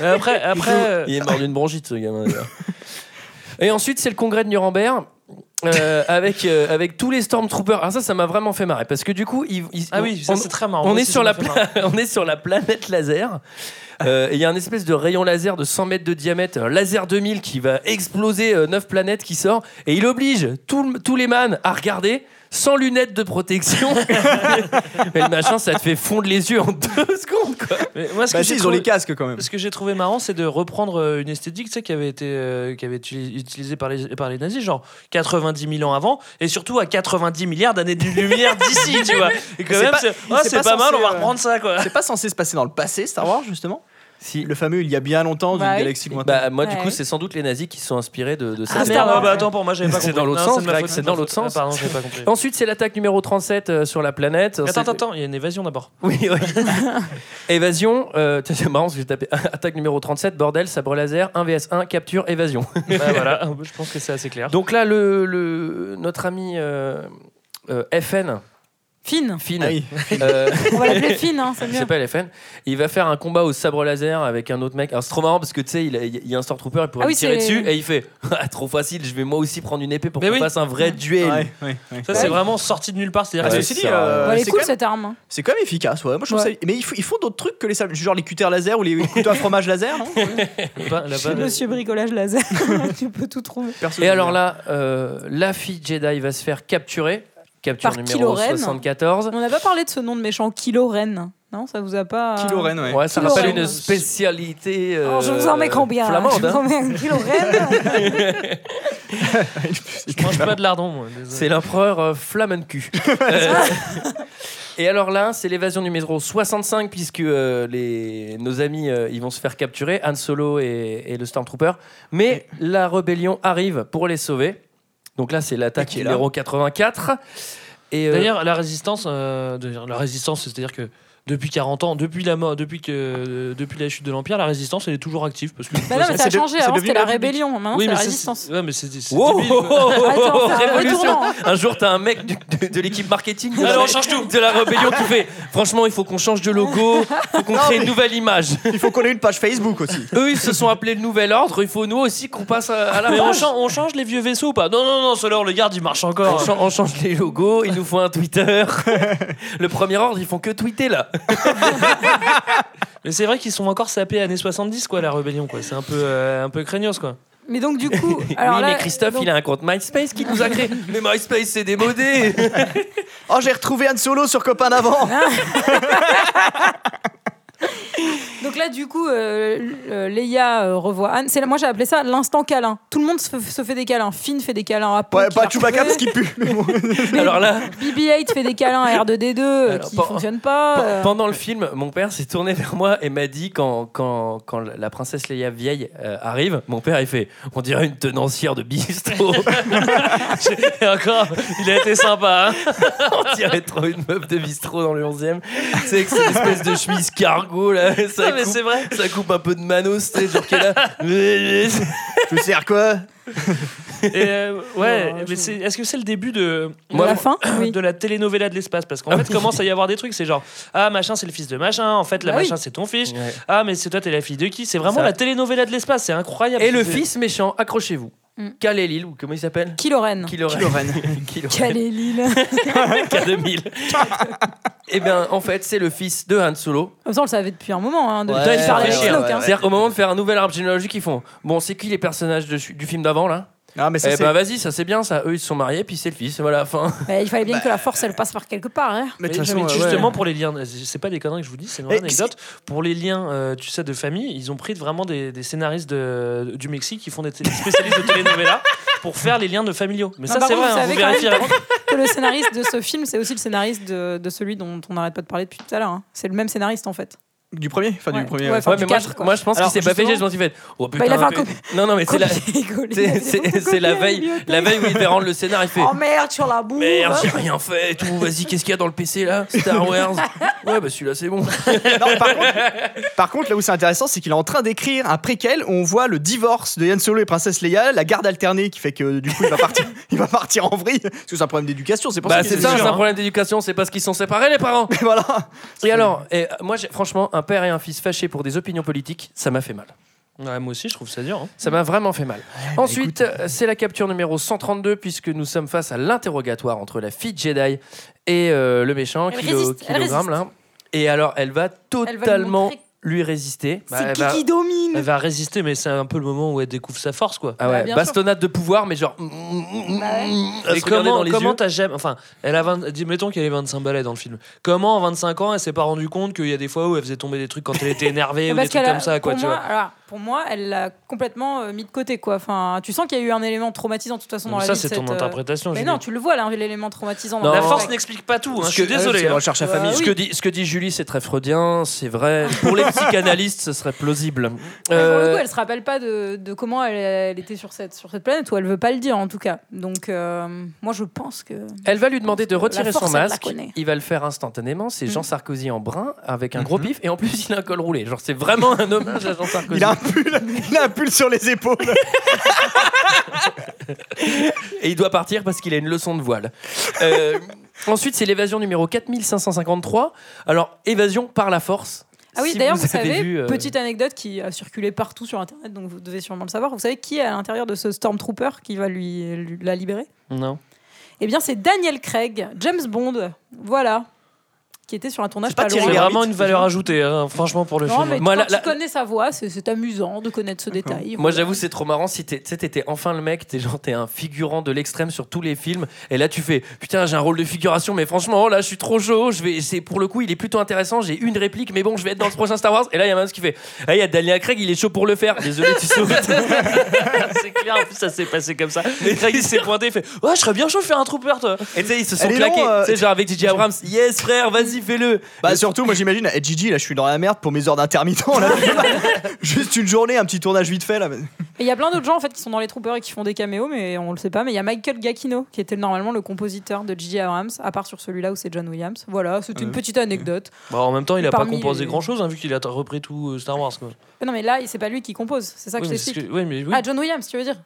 Mais Après, après euh,
Il est mort d'une bronchite, ce gamin. d'ailleurs. Et ensuite, c'est le congrès de Nuremberg. euh, avec, euh, avec tous les Stormtroopers. Ah, ça, ça m'a vraiment fait marrer. Parce que du coup, ils, ils-
ah oui,
on,
ça c'est très marrant.
on
Moi
est
aussi,
sur
ça
la
m'a fait
pla-
marrer.
on est sur la planète laser. Euh, et Il y a un espèce de rayon laser de 100 mètres de diamètre, un laser 2000 qui va exploser 9 planètes qui sort. Et il oblige tout le- tous les man à regarder sans lunettes de protection. Mais le machin, ça te fait fondre les yeux en deux secondes. Quoi.
Mais moi, ce que
bah si,
j'ai
ils ont
trouvé-
les casques quand même.
Ce que j'ai trouvé marrant, c'est de reprendre euh, une esthétique tu sais, qui avait été euh, qui avait été utilisée par les, par les nazis, genre 90 000 ans avant, et surtout à 90 milliards d'années de lumière d'ici, tu vois. Et quand
C'est
même,
pas-
c'est ah,
c'est
c'est
pas
pas, mal,
censé,
on va
euh,
reprendre ça, quoi.
C'est pas censé se passer dans le passé, Star Wars, justement
Si,
Le fameux, il y a bien longtemps, dans
Bah
une
oui.
galaxie lointaine.
Bah, moi, du
Ouais.
coup, c'est sans doute les nazis qui se sont inspirés de, de cette
Ah,
Ah,
histoire.
Star
merde,
Wars.
bah, attends, pour moi, j'avais pas
C'est
compris.
dans l'autre
Non,
sens,
de ma
Greg,
faute,
c'est dans
ma faute.
l'autre sens.
Ah, pardon, j'avais pas compris.
Ensuite, c'est l'attaque numéro 37 euh, sur la planète.
Attends,
C'est-
attends, attends, il y a une évasion d'abord.
Oui, oui. évasion. euh, tiens, c'est marrant parce que j'ai tapé attaque numéro 37, bordel, sabre laser, 1 vs 1, capture, évasion.
Bah, voilà, je pense que c'est assez clair.
Donc là, le, le- notre ami euh, euh, FN,
Fine.
Finn,
Ah oui.
euh,
On va l'appeler Fine, hein, c'est
il
mieux.
s'appelle FN, il va faire un combat au sabre laser avec un autre mec. Alors c'est trop marrant parce que tu sais, il, a- il y a un Stormtrooper, il pourrait
Ah oui,
lui tirer
c'est-
dessus et il fait Ah, trop facile, je vais moi aussi prendre une épée pour
Mais
qu'on
oui.
fasse un vrai duel.
Ouais, ouais, ouais.
Ça, c'est vraiment sorti de nulle part. C'est-à-dire
Ah, Ouais,
que
Ceci dit,
ça-
euh,
Bah, elle est
c'est
cool
quand même-
cette arme. hein.
c'est quand même efficace. Ouais. Moi, je trouve
Ouais.
ça- Mais ils font, ils font d'autres trucs que les sables, genre les cutters laser ou les couteaux à fromage laser, non
bah, là-bas, là-bas,
Monsieur bricolage laser, tu peux tout trouver.
Perso,
Et
je-
alors là, euh, la fille Jedi va se faire capturer. Capture
Par Kylo
numéro
Ren.
74.
On n'a pas parlé de ce nom de méchant Kilo Ren. Non, ça vous a pas. euh,
Kylo Ren, ouais.
Ouais, ça
Kylo
rappelle
Ren.
une spécialité. euh,
Oh, je vous en mets combien hein
Flamande.
Je vous
hein.
en mets un Kylo Ren
Je mange pas de lardon, euh, moi. désolé.
C'est l'empereur euh, Flamencu. Euh, Et alors là, c'est l'évasion numéro 65, puisque euh, les, nos amis euh, ils vont se faire capturer, Han Solo et, et le Stormtrooper. Mais la rébellion arrive pour les sauver. Donc là, c'est l'attaque
Et qui est là.
numéro 84. Et, euh,
D'ailleurs, la résistance, euh, de- la résistance, c'est-à-dire que depuis 40 ans, depuis la mort, depuis que euh, depuis la chute de l'empire, la résistance elle est toujours active parce que.
Bah non, mais ça a
C'est de-
changé.
c'est
Avant,
devenu
c'était la
la République.
rébellion. Maintenant, c'est la
ça,
résistance.
Ouais, mais c'est c'est
Wow,
débile, quoi.
Attends, c'est un
Révolution.
retournant.
Un jour, t'as un mec du- de, de l'équipe marketing de,
Allez,
la,
on change tout.
de la rébellion qui fait Franchement, il faut qu'on change de logo, faut qu'on crée une nouvelle image.
Il faut qu'on ait une page Facebook aussi.
Eux, ils se sont appelés le Nouvel Ordre, il faut nous aussi qu'on passe à, à la
Mais on,
page.
change, on change les vieux vaisseaux ou pas Non, non, non, celui-là, on le garde, il marche
On
encore.
cha- on change les logos, il nous faut un Twitter. Le premier ordre, ils font que tweeter là.
Mais c'est vrai qu'ils sont encore sapés années 70, quoi, la rébellion, quoi. C'est un peu, euh, un peu craignos, quoi.
Mais donc, du coup. alors
oui,
là,
mais Christophe,
donc-
il a un compte MySpace qui nous a créé. Mais MySpace, c'est démodé.
Oh, j'ai retrouvé Han Solo sur Copain d'avant
Donc là, du coup, euh, euh, Leia euh, revoit Anne. C'est, moi, j'ai appelé ça l'instant câlin. Tout le monde se, fait- se fait des câlins. Finn fait des câlins à Poe.
Ouais, bah,
qui
pas
l'a
Chewbacca
retrouvé.
parce qu'il pue. mais bon.
Alors là,
BB-8 fait des câlins à R2D2 euh,
Alors,
qui
pen-
fonctionne pas.
Pe-
euh.
Pendant le film, mon père s'est tourné vers moi et m'a dit quand, quand, quand la princesse Leia vieille euh, arrive, mon père il fait on dirait une tenancière de bistrot,
Et encore, il a été sympa, hein.
on dirait trop une meuf de bistrot dans le 11e. C'est que c'est une espèce de chemise cargo là, ça,
Non, mais
coupe,
c'est vrai.
ça coupe un peu de manos, tu sais, genre qu'elle a
Je veux dire quoi
Et, euh, ouais,
Ouais, je-
mais c'est- est-ce que c'est le début de.
Moi,
la fin, oui.
de la telenovela de l'espace parce qu'en
Ah
fait
oui.
commence à y avoir des trucs c'est genre ah machin c'est le fils de machin en fait la
Ah oui.
machin c'est ton fils ah mais c'est toi t'es la fille de qui c'est vraiment
Ça.
la telenovela de l'espace c'est incroyable
Et le
C'est-
fils méchant, accrochez-vous.
Mm.
Kalelil ou comment il s'appelle
Kylo Ren.
Kilo
Kylo Ren.
Quelle est l'île
K2000. Et Eh bien en fait, c'est le fils de Han Solo
Comme ça, on le savait depuis un moment. Hein, de-
Ouais,
Putain, ils
il
se
parlait
font
avec
chier,
Snoke.
ouais,
hein.
ouais.
C'est-à-dire au moment de faire un nouvel arbre généalogique, ils font Bon, c'est qui les personnages de- du film d'avant là
Non, Ah, mais ça,
Eh
c'est-
ben vas-y, ça c'est bien, ça. Eux ils se sont mariés, puis c'est le fils. Voilà, fin.
Mais il fallait bien que la force, elle passe par quelque part. hein.
Mais de
Mais
toute façon, euh,
mais
ouais,
justement
ouais.
pour les liens, c'est pas des conneries que je vous dis, c'est une vraie
Et
anecdote. Pour les liens, euh, tu sais, de famille, ils ont pris vraiment des, des scénaristes de- du Mexique qui font des t- des spécialistes de telenovela pour faire les liens de familiaux. Mais
Non,
ça
par
c'est
contre,
vrai,
vous
hein,
savez
vous
quand
vérifiez avant.
Que le scénariste de ce film, c'est aussi le scénariste de, de celui dont on n'arrête pas de parler depuis tout à l'heure. hein. C'est le même scénariste, en fait.
Du premier Enfin,
Ouais.
du premier.
Ouais,
ouais.
enfin,
Ouais,
du
mais moi,
quatre,
je-
quoi.
moi, je pense qu'il
Alors,
s'est pas fait chier, je
justement-
pense qu'il fait. Oh putain.
Bah, il a fait un
mais-
copier-
Non, non, mais c'est la,
Copier-coller, il a
c'est-
fait
c'est-
beaucoup
c'est la
copier,
veille,
bibliothèque.
la veille où il fait rendre le scénar, il fait.
Oh merde, sur la boue
Merde, j'ai rien fait et tout. Vas-y, qu'est-ce qu'il y a dans le PC là Star Wars Ouais, bah celui-là c'est bon.
Non, mais par, contre, par contre, là où c'est intéressant, c'est qu'il est en train d'écrire un préquel où on voit le divorce de Yann Solo et Princesse Leia, la garde alternée qui fait que du coup il va partir, il va partir en vrille. Parce que c'est un problème d'éducation, c'est pour
Bah,
ça
c'est
qu'il
ça,
est
c'est
sûr,
un
hein.
problème d'éducation, c'est parce qu'ils sont séparés les parents.
Mais voilà.
Et alors, et euh, moi, j'ai- franchement, un père et un fils fâchés pour des opinions politiques, ça m'a fait mal.
Ouais, moi aussi, je trouve ça dur. hein.
Ça m'a vraiment fait mal.
bah,
Ensuite, euh, c'est la capture numéro 132, puisque nous sommes face à l'interrogatoire entre la fille Jedi et euh, le méchant,
Elle
qui le
résiste, elle résiste.
là. Et alors, elle va
lui
totalement
montrer.
lui résister.
Bah,
C'est
elle
qui
va-
qui domine
Elle va résister, mais c'est un peu le moment où elle découvre sa force, quoi.
Ah
Bah,
ouais,
bien sûr. Oh,
bastonnade de pouvoir, mais genre. Elle
Et
se regardait
comment
dans les
comment
yeux.
t'as jamais. Enfin, elle a 20 dis- mettons qu'elle ait 25 balais dans le film. Comment, en 25 ans, elle s'est pas rendue compte qu'il y a des fois où elle faisait tomber des trucs quand elle était énervée ou des
Parce
trucs
qu'elle a-
comme ça, quoi,
pour
tu
moi,
vois.
alors, pour moi, elle l'a complètement euh, mis de côté, quoi. Enfin, tu sens qu'il y a eu un élément traumatisant de toute façon
Non,
dans
mais
la
ça,
vie. de
c'est ton
cette, euh,
interprétation.
Mais
Julie.
non, tu le vois là, hein, l'élément traumatisant.
Non. euh,
La
Oh.
force n'explique pas tout, hein, je suis désolé.
On
hein.
cherche la
Bah
famille.
Ce, que dit, ce que dit Julie, c'est très freudien, c'est vrai. Pour les psychanalystes, ce serait plausible. Euh,
Mais pour le coup, elle se rappelle pas de, de comment elle, elle était sur cette, sur cette planète, ou elle veut pas le dire en tout cas. Donc, euh, moi, je pense que.
Elle va lui demander de retirer
La force,
son
elle la
masque.
connaît.
Il va le faire instantanément. C'est Jean
Mhm.
Sarkozy en brun avec un gros pif et en plus il a un col roulé. Genre c'est vraiment un hommage à Jean Sarkozy.
Il a un pull, il a un pull sur les épaules.
Et il doit partir parce qu'il a une leçon de voile. Euh, ensuite c'est l'évasion numéro 4553. Alors évasion par la force.
Ah oui,
Si
d'ailleurs, vous,
vous, avez
savez,
vu, euh,
petite anecdote qui a circulé partout sur Internet, donc vous devez sûrement le savoir. Vous savez qui est à l'intérieur de ce Stormtrooper qui va lui, lui- la libérer
Non.
Eh bien, c'est Daniel Craig, James Bond, voilà, qui était sur un tournage
C'est pas
pas,
Thierry
C'est
loin.
Lhermitte,
vraiment une
c'est
valeur
ça
ajoutée, hein, franchement, pour le
Non,
film.
mais
Moi,
quand
la-
tu
la-
connais sa voix, c'est c'est amusant de connaître ce détail.
Moi
Voilà.
j'avoue c'est trop marrant si t'es- tu sais, t'étais enfin le mec, t'es genre t'es un figurant de l'extrême sur tous les films et là tu fais putain j'ai un rôle de figuration mais franchement là je suis trop chaud, je vais c'est pour le coup il est plutôt intéressant, j'ai une réplique mais bon je vais être dans ce prochain Star Wars et là il y a un mec qui fait ah il y a Daniel Craig il est chaud pour le faire, désolé tu sauves.
c'est clair, en plus, ça s'est passé comme ça. Et Craig, il s'est pointé, il fait Ouais, je serais bien chaud de faire un trooper, toi.
et tu sais ils se sont
Elle est
claqués,
long, euh,
tu sais genre avec DJ Abrams yes frère vas-y fais-le.
Bah surtout, moi j'imagine, eh, Gigi, là je suis dans la merde pour mes heures d'intermittent. là. Juste une journée, un petit tournage vite fait là.
Et il y a plein d'autres gens en fait qui sont dans les troopers et qui font des caméos, mais on le sait pas. Mais il y a Michael Gacchino qui était normalement le compositeur de J.J. Abrams, à part sur celui-là où c'est John Williams. Voilà, c'était une
Euh.
petite anecdote.
Bah, en même temps, il a pas
Parmi
composé
les-
grand chose, vu qu'il a t- repris tout euh, Star Wars, quoi.
Mais non, mais là, c'est pas lui qui compose, c'est ça que
Oui,
je
mais c'est ce
t'explique.
que- oui, mais oui.
Ah, John Williams, tu veux dire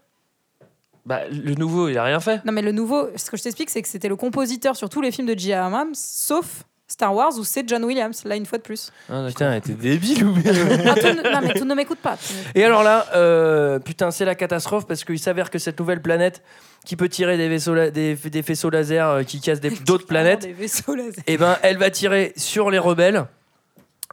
Bah, le nouveau, il a rien fait.
Non, mais le nouveau, ce que je t'explique, c'est que c'était le compositeur sur tous les films de J.J. Abrams, sauf Star Wars où c'est John Williams, là une fois de plus.
Ah, d'accord.
Putain t'es débile ou bien
Ah, tout ne- non, mais tout ne m'écoute pas.
Et alors là, euh, putain, c'est la catastrophe parce qu'il s'avère que cette nouvelle planète qui peut tirer des, vaisseaux la- des, des faisceaux laser euh, qui cassent des- d'autres planètes,
Des vaisseaux laser.
et ben elle va tirer sur les rebelles.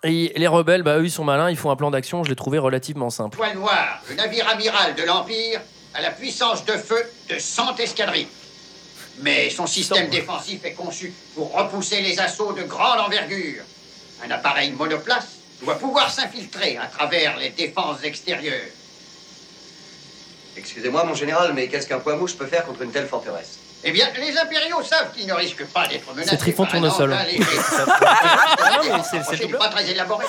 Et les rebelles, bah eux, ils sont malins, ils font un plan d'action, je l'ai trouvé relativement simple.
Point noir, le navire amiral de l'Empire a la puissance de feu de 100 escadrilles. Mais son système défensif est conçu pour repousser les assauts de grande envergure. Un appareil monoplace doit pouvoir s'infiltrer à travers les défenses extérieures.
Excusez-moi, mon général, mais qu'est-ce qu'un poids mouche peut faire contre une telle forteresse
Eh bien, les impériaux savent qu'ils ne risquent pas d'être menacés.
C'est Trifon
par un
Tournesol.
engin léger.
non, mais c'est- c'est
Approcher n'est pas très élaboré.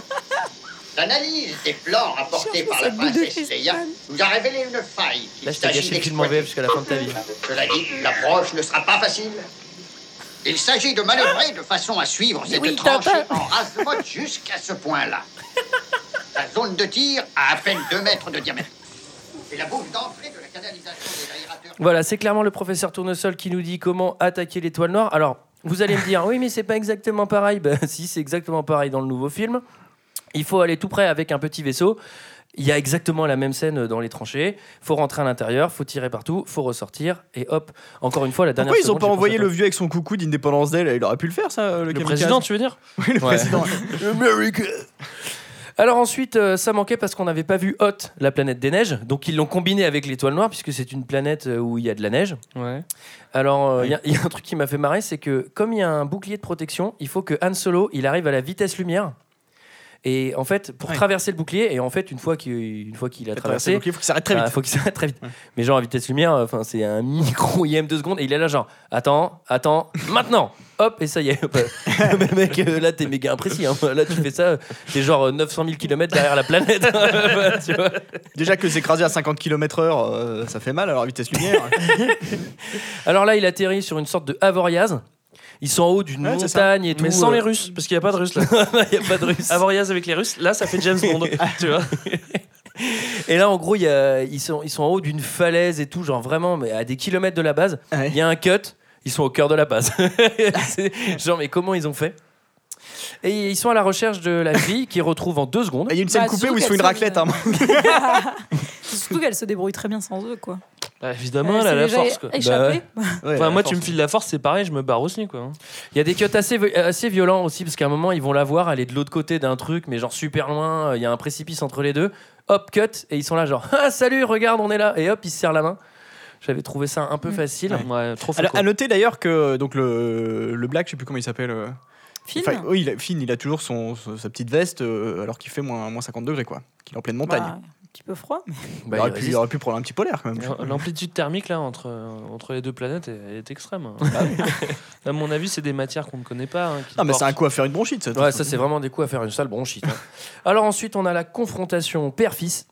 L'analyse des plans rapportés
Cherche
par
sa
la
boule de
princesse Leia
cristal.
nous a révélé une faille. qu'il
Là, je t'ai
s'agit
gâché le film en
d'exploiter.
VF jusqu'à la fin de ta vie.
Cela dit, l'approche ne sera pas facile. Il s'agit de manœuvrer de façon à suivre cette
oui,
tranchée
Tintin.
en race vote jusqu'à ce point-là. La zone de tir a à peine 2 mètres de diamètre. Et la bouche d'entrée de la canalisation des aérateurs.
Voilà, c'est clairement le professeur Tournesol qui nous dit comment attaquer l'étoile noire. Alors, vous allez me dire, oui, mais c'est pas exactement pareil. Ben, si, c'est exactement pareil dans le nouveau film. Il faut aller tout près avec un petit vaisseau. Il y a exactement la même scène dans les tranchées. Faut rentrer à l'intérieur, faut tirer partout, faut ressortir et hop. Encore une fois, la dernière.
Pourquoi ils ont
seconde,
pas
j'ai pensé
envoyé
à
le
toi.
vieux avec son coucou d'Indépendance Day là Il aurait pu le faire ça, le,
Le
kamikaze.
président, tu veux dire
Oui, le président.
Alors ensuite, euh, ça manquait parce qu'on n'avait pas vu Hot, la planète des neiges. Donc ils l'ont combiné avec l'étoile noire puisque c'est une planète euh, où il y a de la neige.
Ouais.
Alors, euh, il y, a un truc qui m'a fait marrer, c'est que comme il y a un bouclier de protection, il faut que Han Solo, il arrive à la vitesse lumière. Et en fait, pour
Ouais.
traverser le bouclier, et en fait, une fois qu'il une fois qu'il a traversé,
Ah, il faut qu'il s'arrête très
bah,
vite.
faut qu'il s'arrête très vite.
Ouais.
Mais euh, genre à vitesse lumière, enfin, c'est un micro IM de secondes, et il est là genre, attends, attends, maintenant, hop, et ça y est. Mais mec, euh, là, t'es méga imprécis. hein. Là, tu fais ça, euh, t'es genre euh, 900 000 km derrière la planète. Tu vois.
Déjà que s'écraser à 50 km/h, euh, ça fait mal à leur vitesse lumière.
Alors là, il atterrit sur une sorte de Avoriaz. Ils sont en haut d'une
Ouais, c'est ça.
montagne et tout.
Mais sans les
euh,
Russes, parce qu'il n'y a pas de Russes là.
Il n'y a pas de Russes.
Avoriaz avec les Russes, là ça fait James Bond, tu vois.
Et là, en gros, il y a- ils, sont, ils sont en haut d'une falaise et tout, genre vraiment, mais à des kilomètres de la base.
Ah
Ouais.
Il y a un cut, ils sont au cœur de la base. C'est genre, mais comment ils ont fait Et ils sont à la recherche de la fille qu'ils retrouvent en deux secondes.
Et Il y a une scène
Bah,
coupée
surtout
où ils se font
qu'elle
une
se-
raclette. hein.
Surtout qu'elle se débrouille très bien sans eux, quoi. Euh,
Bah, évidemment,
Elle
elle a
s'est
la
déjà
force quoi.
échappée.
Ouais,
Enfin, moi
force.
tu me files la force, c'est pareil, je me barre aussi quoi.
Il y a des cuts assez, assez violents aussi, parce qu'à un moment, ils vont la voir, elle est de l'autre côté d'un truc, mais genre super loin, euh, il y a un précipice entre les deux. Hop, cut, et ils sont là, genre, ah, salut, regarde, on est là. Et hop, ils se serrent la main. J'avais trouvé ça un peu facile.
Bah, Ouais, trop fort.
Alors, à noter d'ailleurs que euh, donc le, le Black, je sais plus comment il s'appelle. euh,
Fine.
enfin, oui, il a, Finn, il a toujours son, son- sa petite veste euh, alors qu'il fait moins, moins 50 degrés, quoi. Qu'il est en pleine montagne.
Bah, un petit peu froid. mais-
Bah,
il, aurait
il
pu,
résiste.
il aurait pu prendre un petit polaire quand même.
L'amplitude thermique là entre, entre les deux planètes elle, elle est extrême. hein.
Ah
à mon avis, c'est des matières qu'on ne connaît pas. hein, qui
Non, mais c'est
portent.
un coup à faire une bronchite, ça. de toute
Ouais, ça
façon.
c'est vraiment des coups à faire une sale bronchite. hein. Alors ensuite, on a la confrontation père-fils.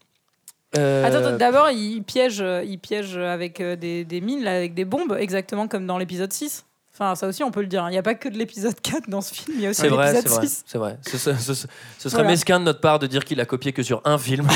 Euh,
Attends, attends, d'abord, il piège, euh, il piège avec euh, des, des mines, là, avec des bombes, exactement comme dans l'épisode 6. Enfin, ça aussi, on peut le dire. hein. Il n'y a pas que de l'épisode 4 dans ce film, il y a aussi
c'est vrai, c'est
l'épisode
vrai,
6.
c'est vrai. Ce, ce- ce- ce- ce serait
Voilà.
mesquin de notre part de dire qu'il a copié que sur un film.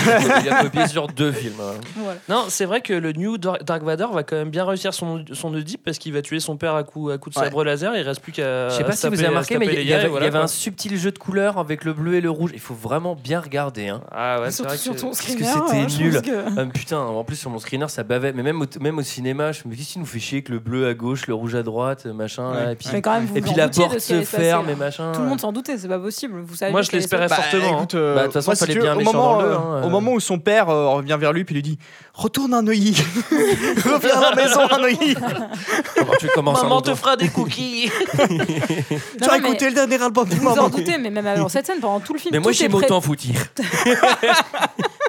il a copié sur deux films. hein.
Voilà.
Non, c'est vrai que le New Dar- Dark Vador va quand même bien réussir son, son Oedipe parce qu'il va tuer son père à coup, à coup de
Ouais.
sabre laser. Il reste plus qu'à.
Je sais pas
à
si
se
vous avez
taper- à se
remarqué, mais
taper
il y,
les
il y
gars,
avait,
et
il
voilà,
y avait
quoi.
un subtil jeu de couleurs avec le bleu et le rouge. Il faut vraiment bien regarder. hein.
Ah ouais, c'est
Surtout
vrai
sur
que-
ton
qu'est-ce que
screener,
c'était
hein, je
nul.
pense que-
Ah, mais putain, en plus sur mon screener ça bavait. Mais même au, même au cinéma, je me dis, qu'est-ce qui nous fait chier avec le bleu à gauche, le rouge à droite, machin. là,
Ouais.
et puis,
Mais quand même, vous
et puis
vous en
la
doutiez de
porte
ce qui allait
se
passer,
ferme
là.
et machin.
Tout le monde s'en doutait, c'est pas possible. Vous savez
Moi, je l'espérais
Bah,
fortement. hein.
écoute, euh,
Bah, de toute façon,
moi, si
fallait
tu
bien
veux, au
méchant
moment,
dans le,
euh,
hein, euh.
au moment où son père euh, revient vers lui, puis lui dit Retourne à Neuilly Reviens à la maison à Neuilly
Comment tu commences un
Maman te
autre-
fera des cookies.
Tu as écouté le dernier album de
Vous
maman.
en doutez, mais même avant cette scène, pendant tout le film,
Mais moi
tout, est
j'aime
pré-
autant foutir.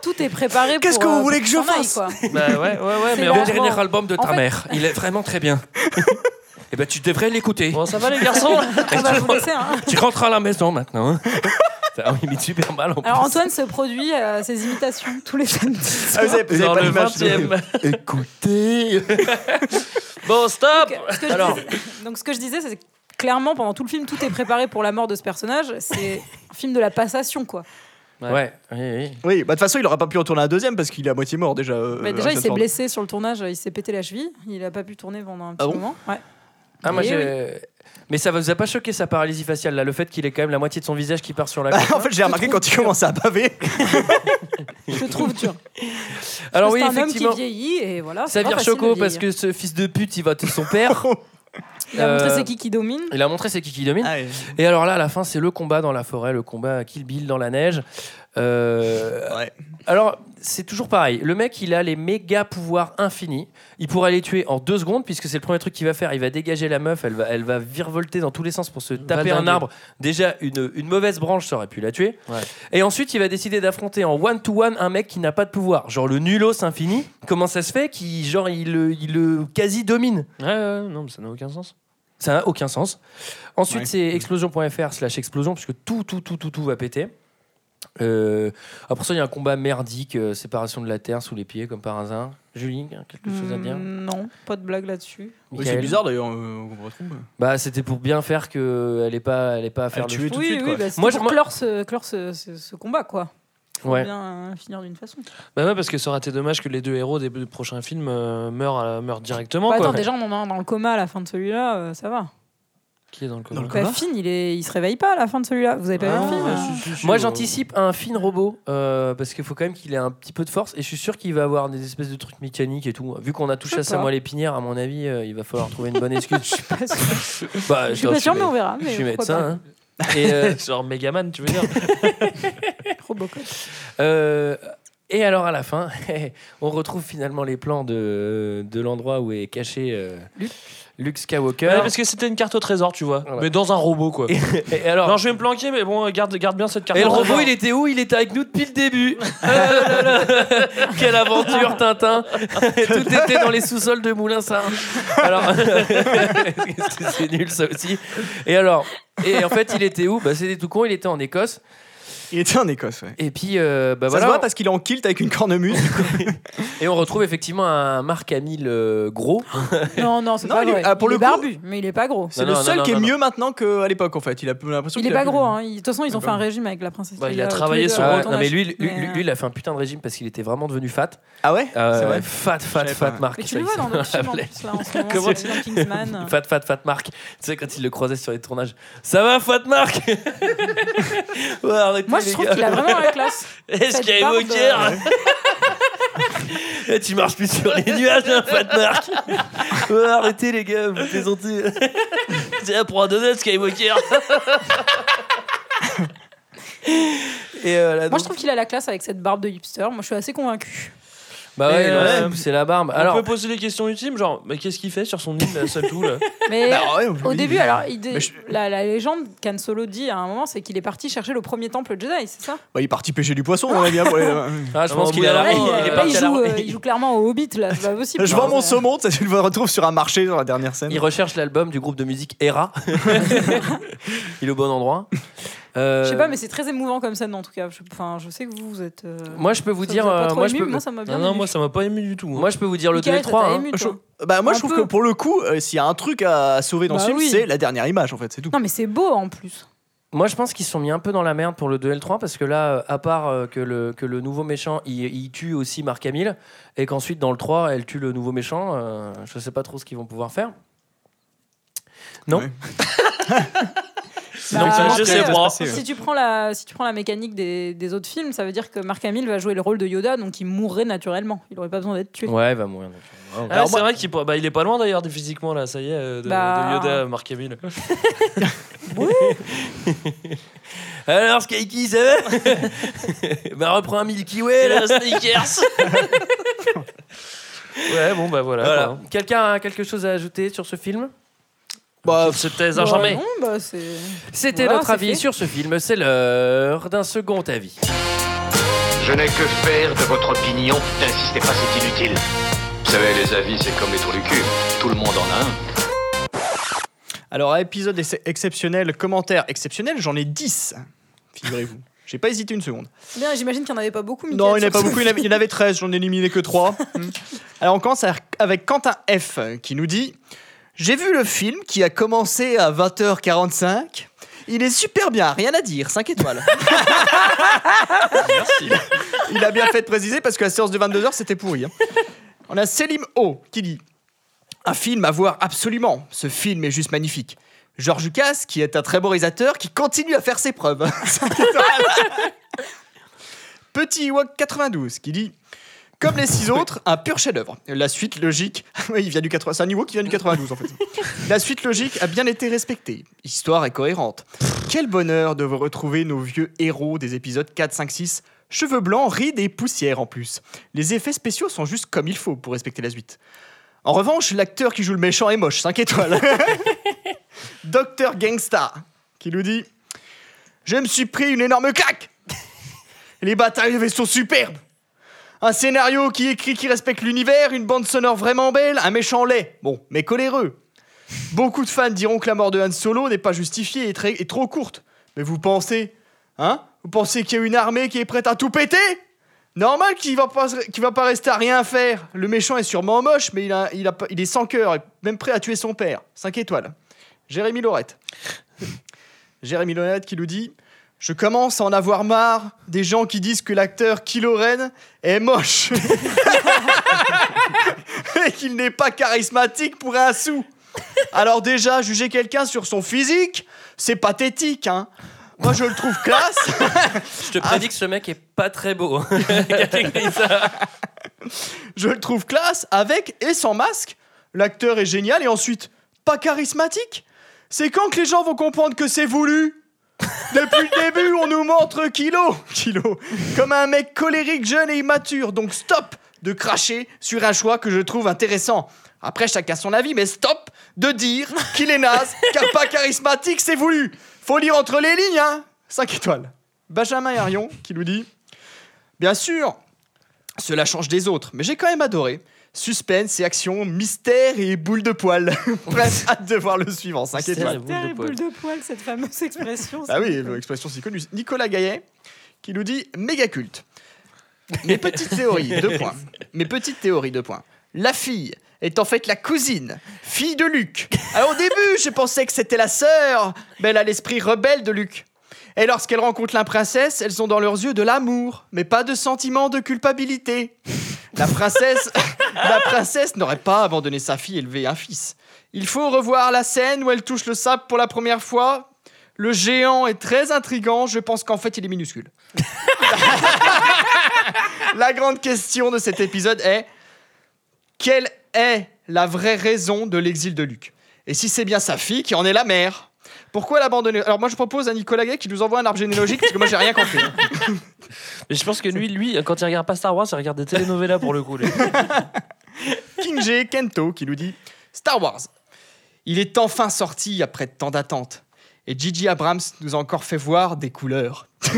tout est préparé.
Qu'est-ce
pour,
que vous
euh,
voulez que
pour
je
qu'on aille,
fasse
quoi.
bah ouais, ouais, ouais,
C'est
mais
la-
en-
Le
Franchement,
dernier album de ta
en fait-
mère, il est vraiment très bien. Eh ben, tu devrais l'écouter.
Bon, ça va les garçons
On va Ah bah, vous laisser, hein.
Tu rentres à la maison maintenant. hein. Ça m'imite super mal en
Alors
plus.
Antoine se produit euh, ses imitations tous les samedis.
Ah, vous avez, vous avez
Dans
pas
le
l'image,
20e.
Écoutez.
Bon, stop
Donc, ce que je
Alors.
disais- donc ce que je disais, c'est que clairement pendant tout le film, tout est préparé pour la mort de ce personnage. C'est un film de la passation, quoi.
Ouais, oui, oui.
Oui, bah, de toute façon, il aura pas pu retourner à la deuxième parce qu'il est à moitié mort déjà. euh,
Mais déjà, il
Harrison
s'est
Ford.
blessé sur le tournage, il s'est pété la cheville, il a pas pu tourner pendant un petit
Ah bon
moment. Ouais.
Ah, moi,
Eh
j'ai- Mais ça vous a pas choqué sa paralysie faciale là, le fait qu'il ait quand même la moitié de son visage qui part sur la.
Bah,
gauche,
en fait, j'ai remarqué quand il commence à baver.
Je le trouve dur.
hein. Alors oui,
c'est un homme qui
effectivement.
vieillit et voilà. c'est
Ça
pas
vire
facile de
Choco parce
vieillir.
que ce fils de pute, il va tuer son père.
il a montré
euh,
c'est qui qui domine.
Il a montré c'est qui qui domine.
Ah, ouais.
Et alors là, à la fin, c'est le combat dans la forêt, le combat à Kill Bill dans la neige. Euh,
Ouais.
Alors, c'est toujours pareil. Le mec, il a les méga pouvoirs infinis. Il pourra les tuer en deux secondes, puisque c'est le premier truc qu'il va faire. Il va dégager la meuf, elle va, elle va virevolter dans tous les sens pour se taper un
dinguer.
arbre. Déjà, une, une mauvaise branche, ça aurait pu la tuer.
Ouais.
Et ensuite, il va décider d'affronter en one-to-one un mec qui n'a pas de pouvoir. Genre le nulos infini. Comment ça se fait qu'il, genre, il, le- il le quasi-domine
Ouais, ouais, non, mais ça n'a aucun sens.
ça n'a aucun sens. Ensuite,
Ouais.
c'est explosion.fr slash explosion, puisque tout, tout, tout, tout, tout va péter. Euh, après ça, il y a un combat merdique, euh, séparation de la Terre sous les pieds, comme par hasard. Julie, quelque chose à dire
Hmm, Non, pas de blague là-dessus.
Oui,
Michael
c'est bizarre d'ailleurs euh, qu'on retrouve.
Bah, c'était pour bien faire qu'elle n'ait pas, elle ait pas à faire
Elle
le
tuait
fou.
tout de
oui,
suite,
oui,
quoi.
bah, c'est
Moi,
pour
je-
clore ce, clore ce, ce- ce combat, quoi. Faut
Ouais.
bien euh, finir d'une façon.
Bah ouais, parce que ça aurait été dommage que les deux héros des des prochains films euh, meurent, à- meurent directement.
Bah,
quoi.
attends, déjà, on en a un dans le coma à la fin de celui-là, euh, ça va.
Qui est dans le coma
Dans le
Bah, Finn, il, est... il se réveille pas à la fin de celui-là. Vous avez pas
Ah,
vu le film
ouais,
hein
si, si, si,
Moi,
ouais.
j'anticipe un fin robot, euh, parce qu'il faut quand même qu'il ait un petit peu de force, et je suis sûr qu'il va avoir des espèces de trucs mécaniques et tout. Vu qu'on a touché
Je
à
sais pas.
Samuel Épinière, à mon avis, euh, il va falloir trouver une bonne excuse.
Pas sûr.
Bah,
Je suis
attends,
pas sûre,
mé-
mais on verra.
Je
mais
suis
pourquoi
médecin.
pas.
hein. Et, euh,
Genre Megaman, tu veux dire
Robocop.
Euh, Et alors à la fin, on retrouve finalement les plans de, de l'endroit où est caché euh, Luke Skywalker.
Ouais, parce que c'était une carte au trésor, tu vois.
Voilà.
Mais dans un robot, quoi.
et, et alors,
Non, je vais me planquer, mais bon, garde, garde bien cette carte.
et le
au trésor.
robot, il était où Il était avec nous depuis le début. Ah là là là. Quelle aventure, Tintin Tout était dans les sous-sols de Moulin Sarge. Alors, qu'est-ce que c'est nul ça aussi. Et alors, et en fait, il était où bah, C'était tout con. Il était en Écosse.
Il était en Écosse, ouais.
Et puis, euh, bah
Ça
voilà.
se voit parce qu'il est en kilt avec une cornemuse.
Et on retrouve effectivement un Marc Hamill euh, gros.
Non, non, c'est
Non,
pas
il est-
vrai.
ah, pour
il
le
est
coup-
barbu, mais il est pas gros.
C'est
Non,
le
non,
seul
non,
qui est
non, non.
mieux maintenant qu'à l'époque, en fait. Il a l'impression
Il
qu'il
est
a
pas
plus-
gros. hein. Il- De toute façon,
Il
ils
est
ont fait
pas
un régime avec la princesse.
Bah, il
Leia,
a
tous les
travaillé
deux,
son
euh,
Ah ouais,
retour
non, mais
tournage.
lui, lui,
Mais,
lui-
euh,
lui, il a fait un putain de régime parce qu'il était vraiment devenu fat.
Ah ouais
Euh,
C'est vrai
fat, fat,
Je savais
fat,
pas.
Marc.
Mais tu le vois dans d'autres films en plus, là, en ce moment.
Ah, Comment
c'est dans Kingsman.
Fat, fat, fat Marc. Tu sais, quand il le croisait sur les tournages. Ça va, fat Marc Ouais, arrêtez,
Moi, je
les
trouve
gars.
qu'il a vraiment la classe.
Est-ce
cette
qu'il y a
barbe, euh.
Evoker
Eh, Tu marches plus sur les nuages, hein, fat Marc Ouais, Euh, arrêtez, les gars, vous plaisantez.
Tiens, pour un donut, Skywalker
Et euh, là,
Moi,
donc-
je trouve qu'il a la classe avec cette barbe de hipster. Moi, je suis assez convaincu.
Bah ouais,
Mais,
non,
euh,
c'est la barbe.
On
Alors,
peut poser les questions ultimes, genre, mais qu'est-ce qu'il fait sur son île, là, seul tout,
Ah,
là
Mais
Bah ouais,
au
oui.
début, alors, il dit-
Mais je-
la, la légende qu'Han Solo dit à un moment, c'est qu'il est parti chercher le premier temple Jedi, c'est ça
Bah, il est parti pêcher du poisson, on est bien. pour les-
ah, je pense
au
qu'il
bout
est à
d'un
la
Là,
moment,
il,
il est
là,
parti
il
à la-
joue, euh, il joue clairement au Hobbit, là, c'est pas possible. hein.
Je vends
Non,
mon
mais-
saumon, ça, tu le retrouves sur un marché dans la dernière
Il
scène.
recherche l'album du groupe de musique Era. il est au bon endroit. Euh,
Je sais pas, mais c'est très émouvant comme scène en tout cas. Je- Enfin, je sais que vous, vous êtes. euh,
Moi, je peux vous
ça
dire.
a pas
euh,
trop
moi, je
ému,
peux...
moi, ça m'a bien
Non, non,
ému.
moi, ça m'a pas ému du tout. hein. moi.
moi, je peux vous dire le 2 et
Michael,
3.
ça t'a
hein.
ému, toi.
Bah, moi,
Un
je trouve
peu.
que pour le coup, euh, s'il y a un truc à sauver dans
Bah
ce film,
oui.
c'est la dernière image, en fait, c'est tout.
Non, mais c'est beau en plus.
Moi, je pense qu'ils se sont mis un peu dans la merde pour le 2 et le 3 parce que là, euh, à part euh, que le, que le nouveau méchant, il, il tue aussi Marc Hamill et qu'ensuite, dans le 3, elle tue le nouveau méchant, euh, je sais pas trop ce qu'ils vont pouvoir faire. Non.
Ouais.
Bah,
Donc, ça, je
après,
sais
euh,
pas.
C'est-
Si tu prends la, si tu prends la mécanique des, des autres films, ça veut dire que Mark Hamill va jouer le rôle de Yoda, donc il mourrait naturellement. Il aurait pas besoin d'être tué.
Ouais, il va mourir. donc, euh, ouais, ouais.
Ah, c'est vrai qu'il pour- bah, il est pas loin d'ailleurs de- physiquement là, ça y est, euh, de,
Bah.
de Yoda, Marc Hamill.
Alors, Skyki, ça va Bah, reprends un Milky Way
Et
là.
la sneakers Ouais, bon, bah voilà.
Voilà. Quelqu'un a quelque chose à ajouter sur ce film
Bah,
Bah,
C'était
Bah,
un jamais.
non, bah, c'est.
C'était
Voilà,
notre
c'est
avis
fait.
sur ce film. C'est l'heure d'un second avis.
Je n'ai que faire de votre opinion. N'insistez pas, c'est inutile.
Vous savez, les avis, c'est comme les trous du cul. Tout le monde en a un.
Alors, épisode ex- exceptionnel, commentaire exceptionnel, j'en ai 10, figurez-vous. J'ai pas hésité une seconde.
Bien, j'imagine qu'il n'y en avait pas beaucoup. Michael,
Non, il n'y en
sur
a pas
ce
beaucoup, il y en avait- il y en avait 13, j'en ai éliminé que 3. Alors, on commence à- avec Quentin F qui nous dit J'ai vu le film qui a commencé à 20h45. Il est super bien, rien à dire, 5 étoiles. Il a bien fait de préciser parce que la séance de 22h c'était pourri. hein. On a Selim O qui dit Un film à voir absolument. Ce film est juste magnifique. George Lucas, qui est un très bon réalisateur, qui continue à faire ses preuves. Cinq étoiles. Petit Ewok 92 qui dit Comme les six autres, un pur chef-d'œuvre. La suite logique. Oui, il vient du 80 C'est un niveau qui vient du 92 en fait. La suite logique a bien été respectée. Histoire est cohérente. Quel bonheur de vous retrouver nos vieux héros des épisodes 4, 5, 6. Cheveux blancs, rides et poussière en plus. Les effets spéciaux sont juste comme il faut pour respecter la suite. En revanche, l'acteur qui joue le méchant est moche, 5 étoiles. Docteur Gangsta, qui nous dit Je me suis pris une énorme claque Les batailles de vaisseaux superbes Un scénario qui écrit qui respecte l'univers, une bande sonore vraiment belle, un méchant laid, bon, mais coléreux. Beaucoup de fans diront que la mort de Han Solo n'est pas justifiée et, très- et trop courte. Mais vous pensez Hein Vous pensez qu'il y a une armée qui est prête à tout péter Normal qu'il va, pas, qu'il va pas rester à rien faire. Le méchant est sûrement moche, mais il, a, il, a pas- il est sans cœur et même prêt à tuer son père. 5 étoiles. Jérémy Laurette. Jérémy Laurette qui nous dit Je commence à en avoir marre des gens qui disent que l'acteur Kylo Ren est moche. et qu'il n'est pas charismatique pour un sou. Alors, déjà, juger quelqu'un sur son physique, c'est pathétique, hein. Moi, je le trouve classe.
Je te prédis Ah, que ce mec est pas très beau. hein. Quelqu'un qui dit ça.
Je le trouve classe avec et sans masque. L'acteur est génial et ensuite, pas charismatique C'est quand que les gens vont comprendre que c'est voulu Depuis le début, on nous montre Kilo, Kilo, comme un mec colérique, jeune et immature. Donc stop de cracher sur un choix que je trouve intéressant. Après, chacun son avis, mais stop de dire qu'il est naze, car pas charismatique, c'est voulu. Faut lire entre les lignes, hein 5 étoiles. Benjamin Harion qui nous dit Bien sûr, cela change des autres, mais j'ai quand même adoré. Suspense et action, mystère et boule de poil. Bref, hâte de voir le suivant, 5
Mystère et
étoiles.
boule de
Terre et
poil.
boule de poil, cette fameuse expression.
Ah oui, l'expression si connue. Nicolas Gaillet qui nous dit méga culte. Mes petites théories, deux points. Mes petites théories, deux points. La fille est en fait la cousine, fille de Luc. Alors au début, je pensais que c'était la sœur, mais elle a l'esprit rebelle de Luc. Et lorsqu'elle rencontre la princesse, elles ont dans leurs yeux de l'amour, mais pas de sentiment de culpabilité. La princesse, la princesse n'aurait pas abandonné sa fille élever un fils. Il faut revoir la scène où elle touche le sable pour la première fois. Le géant est très intrigant, je pense qu'en fait il est minuscule. la grande question de cet épisode est quelle est la vraie raison de l'exil de Luc Et si c'est bien sa fille qui en est la mère Pourquoi l'abandonner Alors moi je propose à Nicolas Gay qui nous envoie un arbre généalogique parce que moi j'ai rien compris.
Mais je pense que lui, lui, quand il regarde pas Star Wars, il regarde des telenovelas pour le coup. lui.
King G Kento qui nous dit Star Wars. Il est enfin sorti après tant d'attentes. Et Gigi Abrams nous a encore fait voir des couleurs. Ça,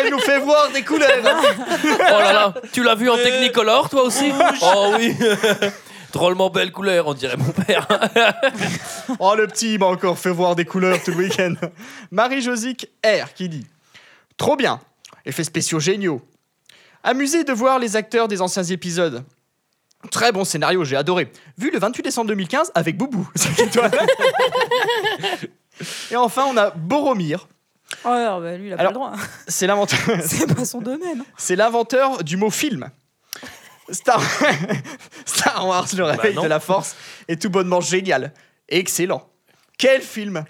elle nous fait voir des couleurs. hein.
Oh là là, tu l'as vu en Technicolor, toi aussi Euh, Oh oui Drôlement belle couleur, on dirait mon père.
Oh, le petit il m'a encore fait voir des couleurs tout le week-end. Marie-Josique R qui dit Trop bien. Effets spéciaux géniaux. Amusé de voir les acteurs des anciens épisodes. Très bon scénario, j'ai adoré. Vu le 28 décembre 2015 avec Boubou. cinq étoiles. Et enfin, on a Boromir.
Oh, alors, bah, lui, il a
Alors-
pas le droit.
C'est l'inventeur.
C'est pas son domaine. hein.
C'est l'inventeur du mot film. Star, Star Wars, le réveil
non.
de la force, est tout bonnement génial. Excellent. Quel film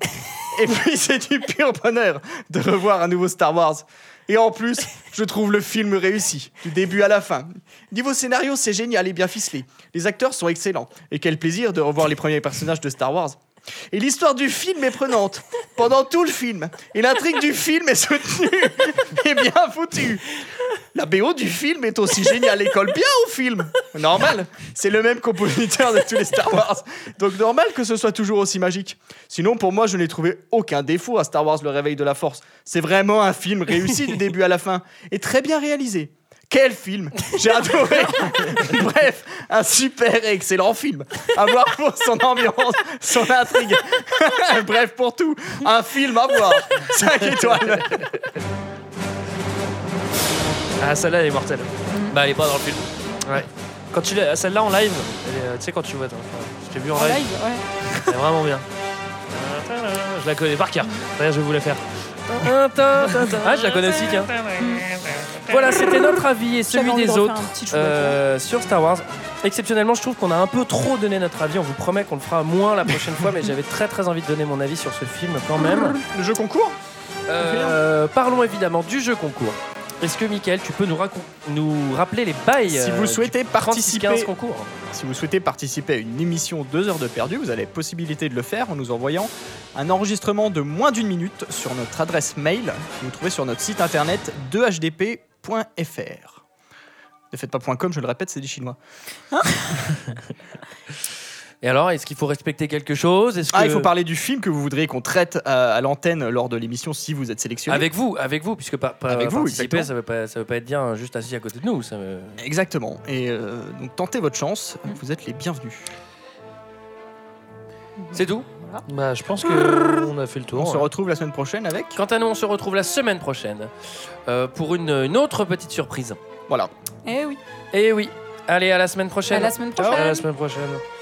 Et puis c'est du pur bonheur de revoir un nouveau Star Wars. Et en plus, je trouve le film réussi, du début à la fin. Niveau scénario, c'est génial et bien ficelé. Les acteurs sont excellents. Et quel plaisir de revoir les premiers personnages de Star Wars. Et l'histoire du film est prenante pendant tout le film. Et l'intrigue du film est soutenue et bien foutue. La BO du film est aussi géniale. Elle colle bien au film. Normal. C'est le même compositeur de tous les Star Wars. Donc normal que ce soit toujours aussi magique. Sinon, pour moi, je n'ai trouvé aucun défaut à Star Wars Le Réveil de la Force. C'est vraiment un film réussi du début à la fin. Et très bien réalisé. Quel film J'ai adoré Bref, un super et excellent film. À voir pour son ambiance, son intrigue. Bref, pour tout, un film à voir. 5 étoiles.
Ah, celle-là, elle est mortelle.
bah, elle est pas dans le film.
Ouais. Quand tu l'as- celle-là en live, elle est, euh, tu sais quand tu vois, attends, je t'ai vu en,
En
live,
live, ouais.
elle est vraiment bien. Je la connais par cœur. D'ailleurs, je vais vous la faire.
Ah, je la connais aussi, tiens. Voilà, c'était notre avis et
J'avais
celui
envie de
des
refaire
autres
un petit hein. Chewbacca.
euh, sur Star Wars. Exceptionnellement, je trouve qu'on a un peu trop donné notre avis. On vous promet qu'on le fera moins la prochaine fois, mais j'avais très très envie de donner mon avis sur ce film quand
Mmh.
même.
Le jeu concours
Euh, parlons évidemment du jeu concours. Est-ce que, Michael, tu peux nous, racon- nous rappeler les bails
Si
euh,
vous
du
souhaitez
36
participer
15 concours
Si vous souhaitez participer à une émission 2 heures de perdu, vous avez la possibilité de le faire en nous envoyant un enregistrement de moins d'une minute sur notre adresse mail que vous trouvez sur notre site internet 2hdp.fr. Ne faites pas .com, je le répète, c'est des chinois.
Et alors, est-ce qu'il faut respecter quelque chose Est-ce
Ah,
que-
il faut parler du film que vous voudriez qu'on traite euh, à, à l'antenne lors de l'émission si vous êtes sélectionné.
Avec vous, avec vous, puisque par, par-
Avec vous,
participer,
exactement.
ça veut pas, ça veut pas être bien hein, juste assis à côté de nous. Ça veut-
Exactement. Et euh, donc tentez votre chance, vous êtes les bienvenus.
C'est tout.
Bah, je pense que on a fait le
on
tour. hein.
se retrouve la semaine prochaine avec...
Quant à nous, on se retrouve la semaine prochaine euh, pour une, une autre petite surprise.
Voilà.
Eh oui.
Et oui, allez à la semaine
À
prochaine.
la semaine
À
prochaine.
la semaine prochaine.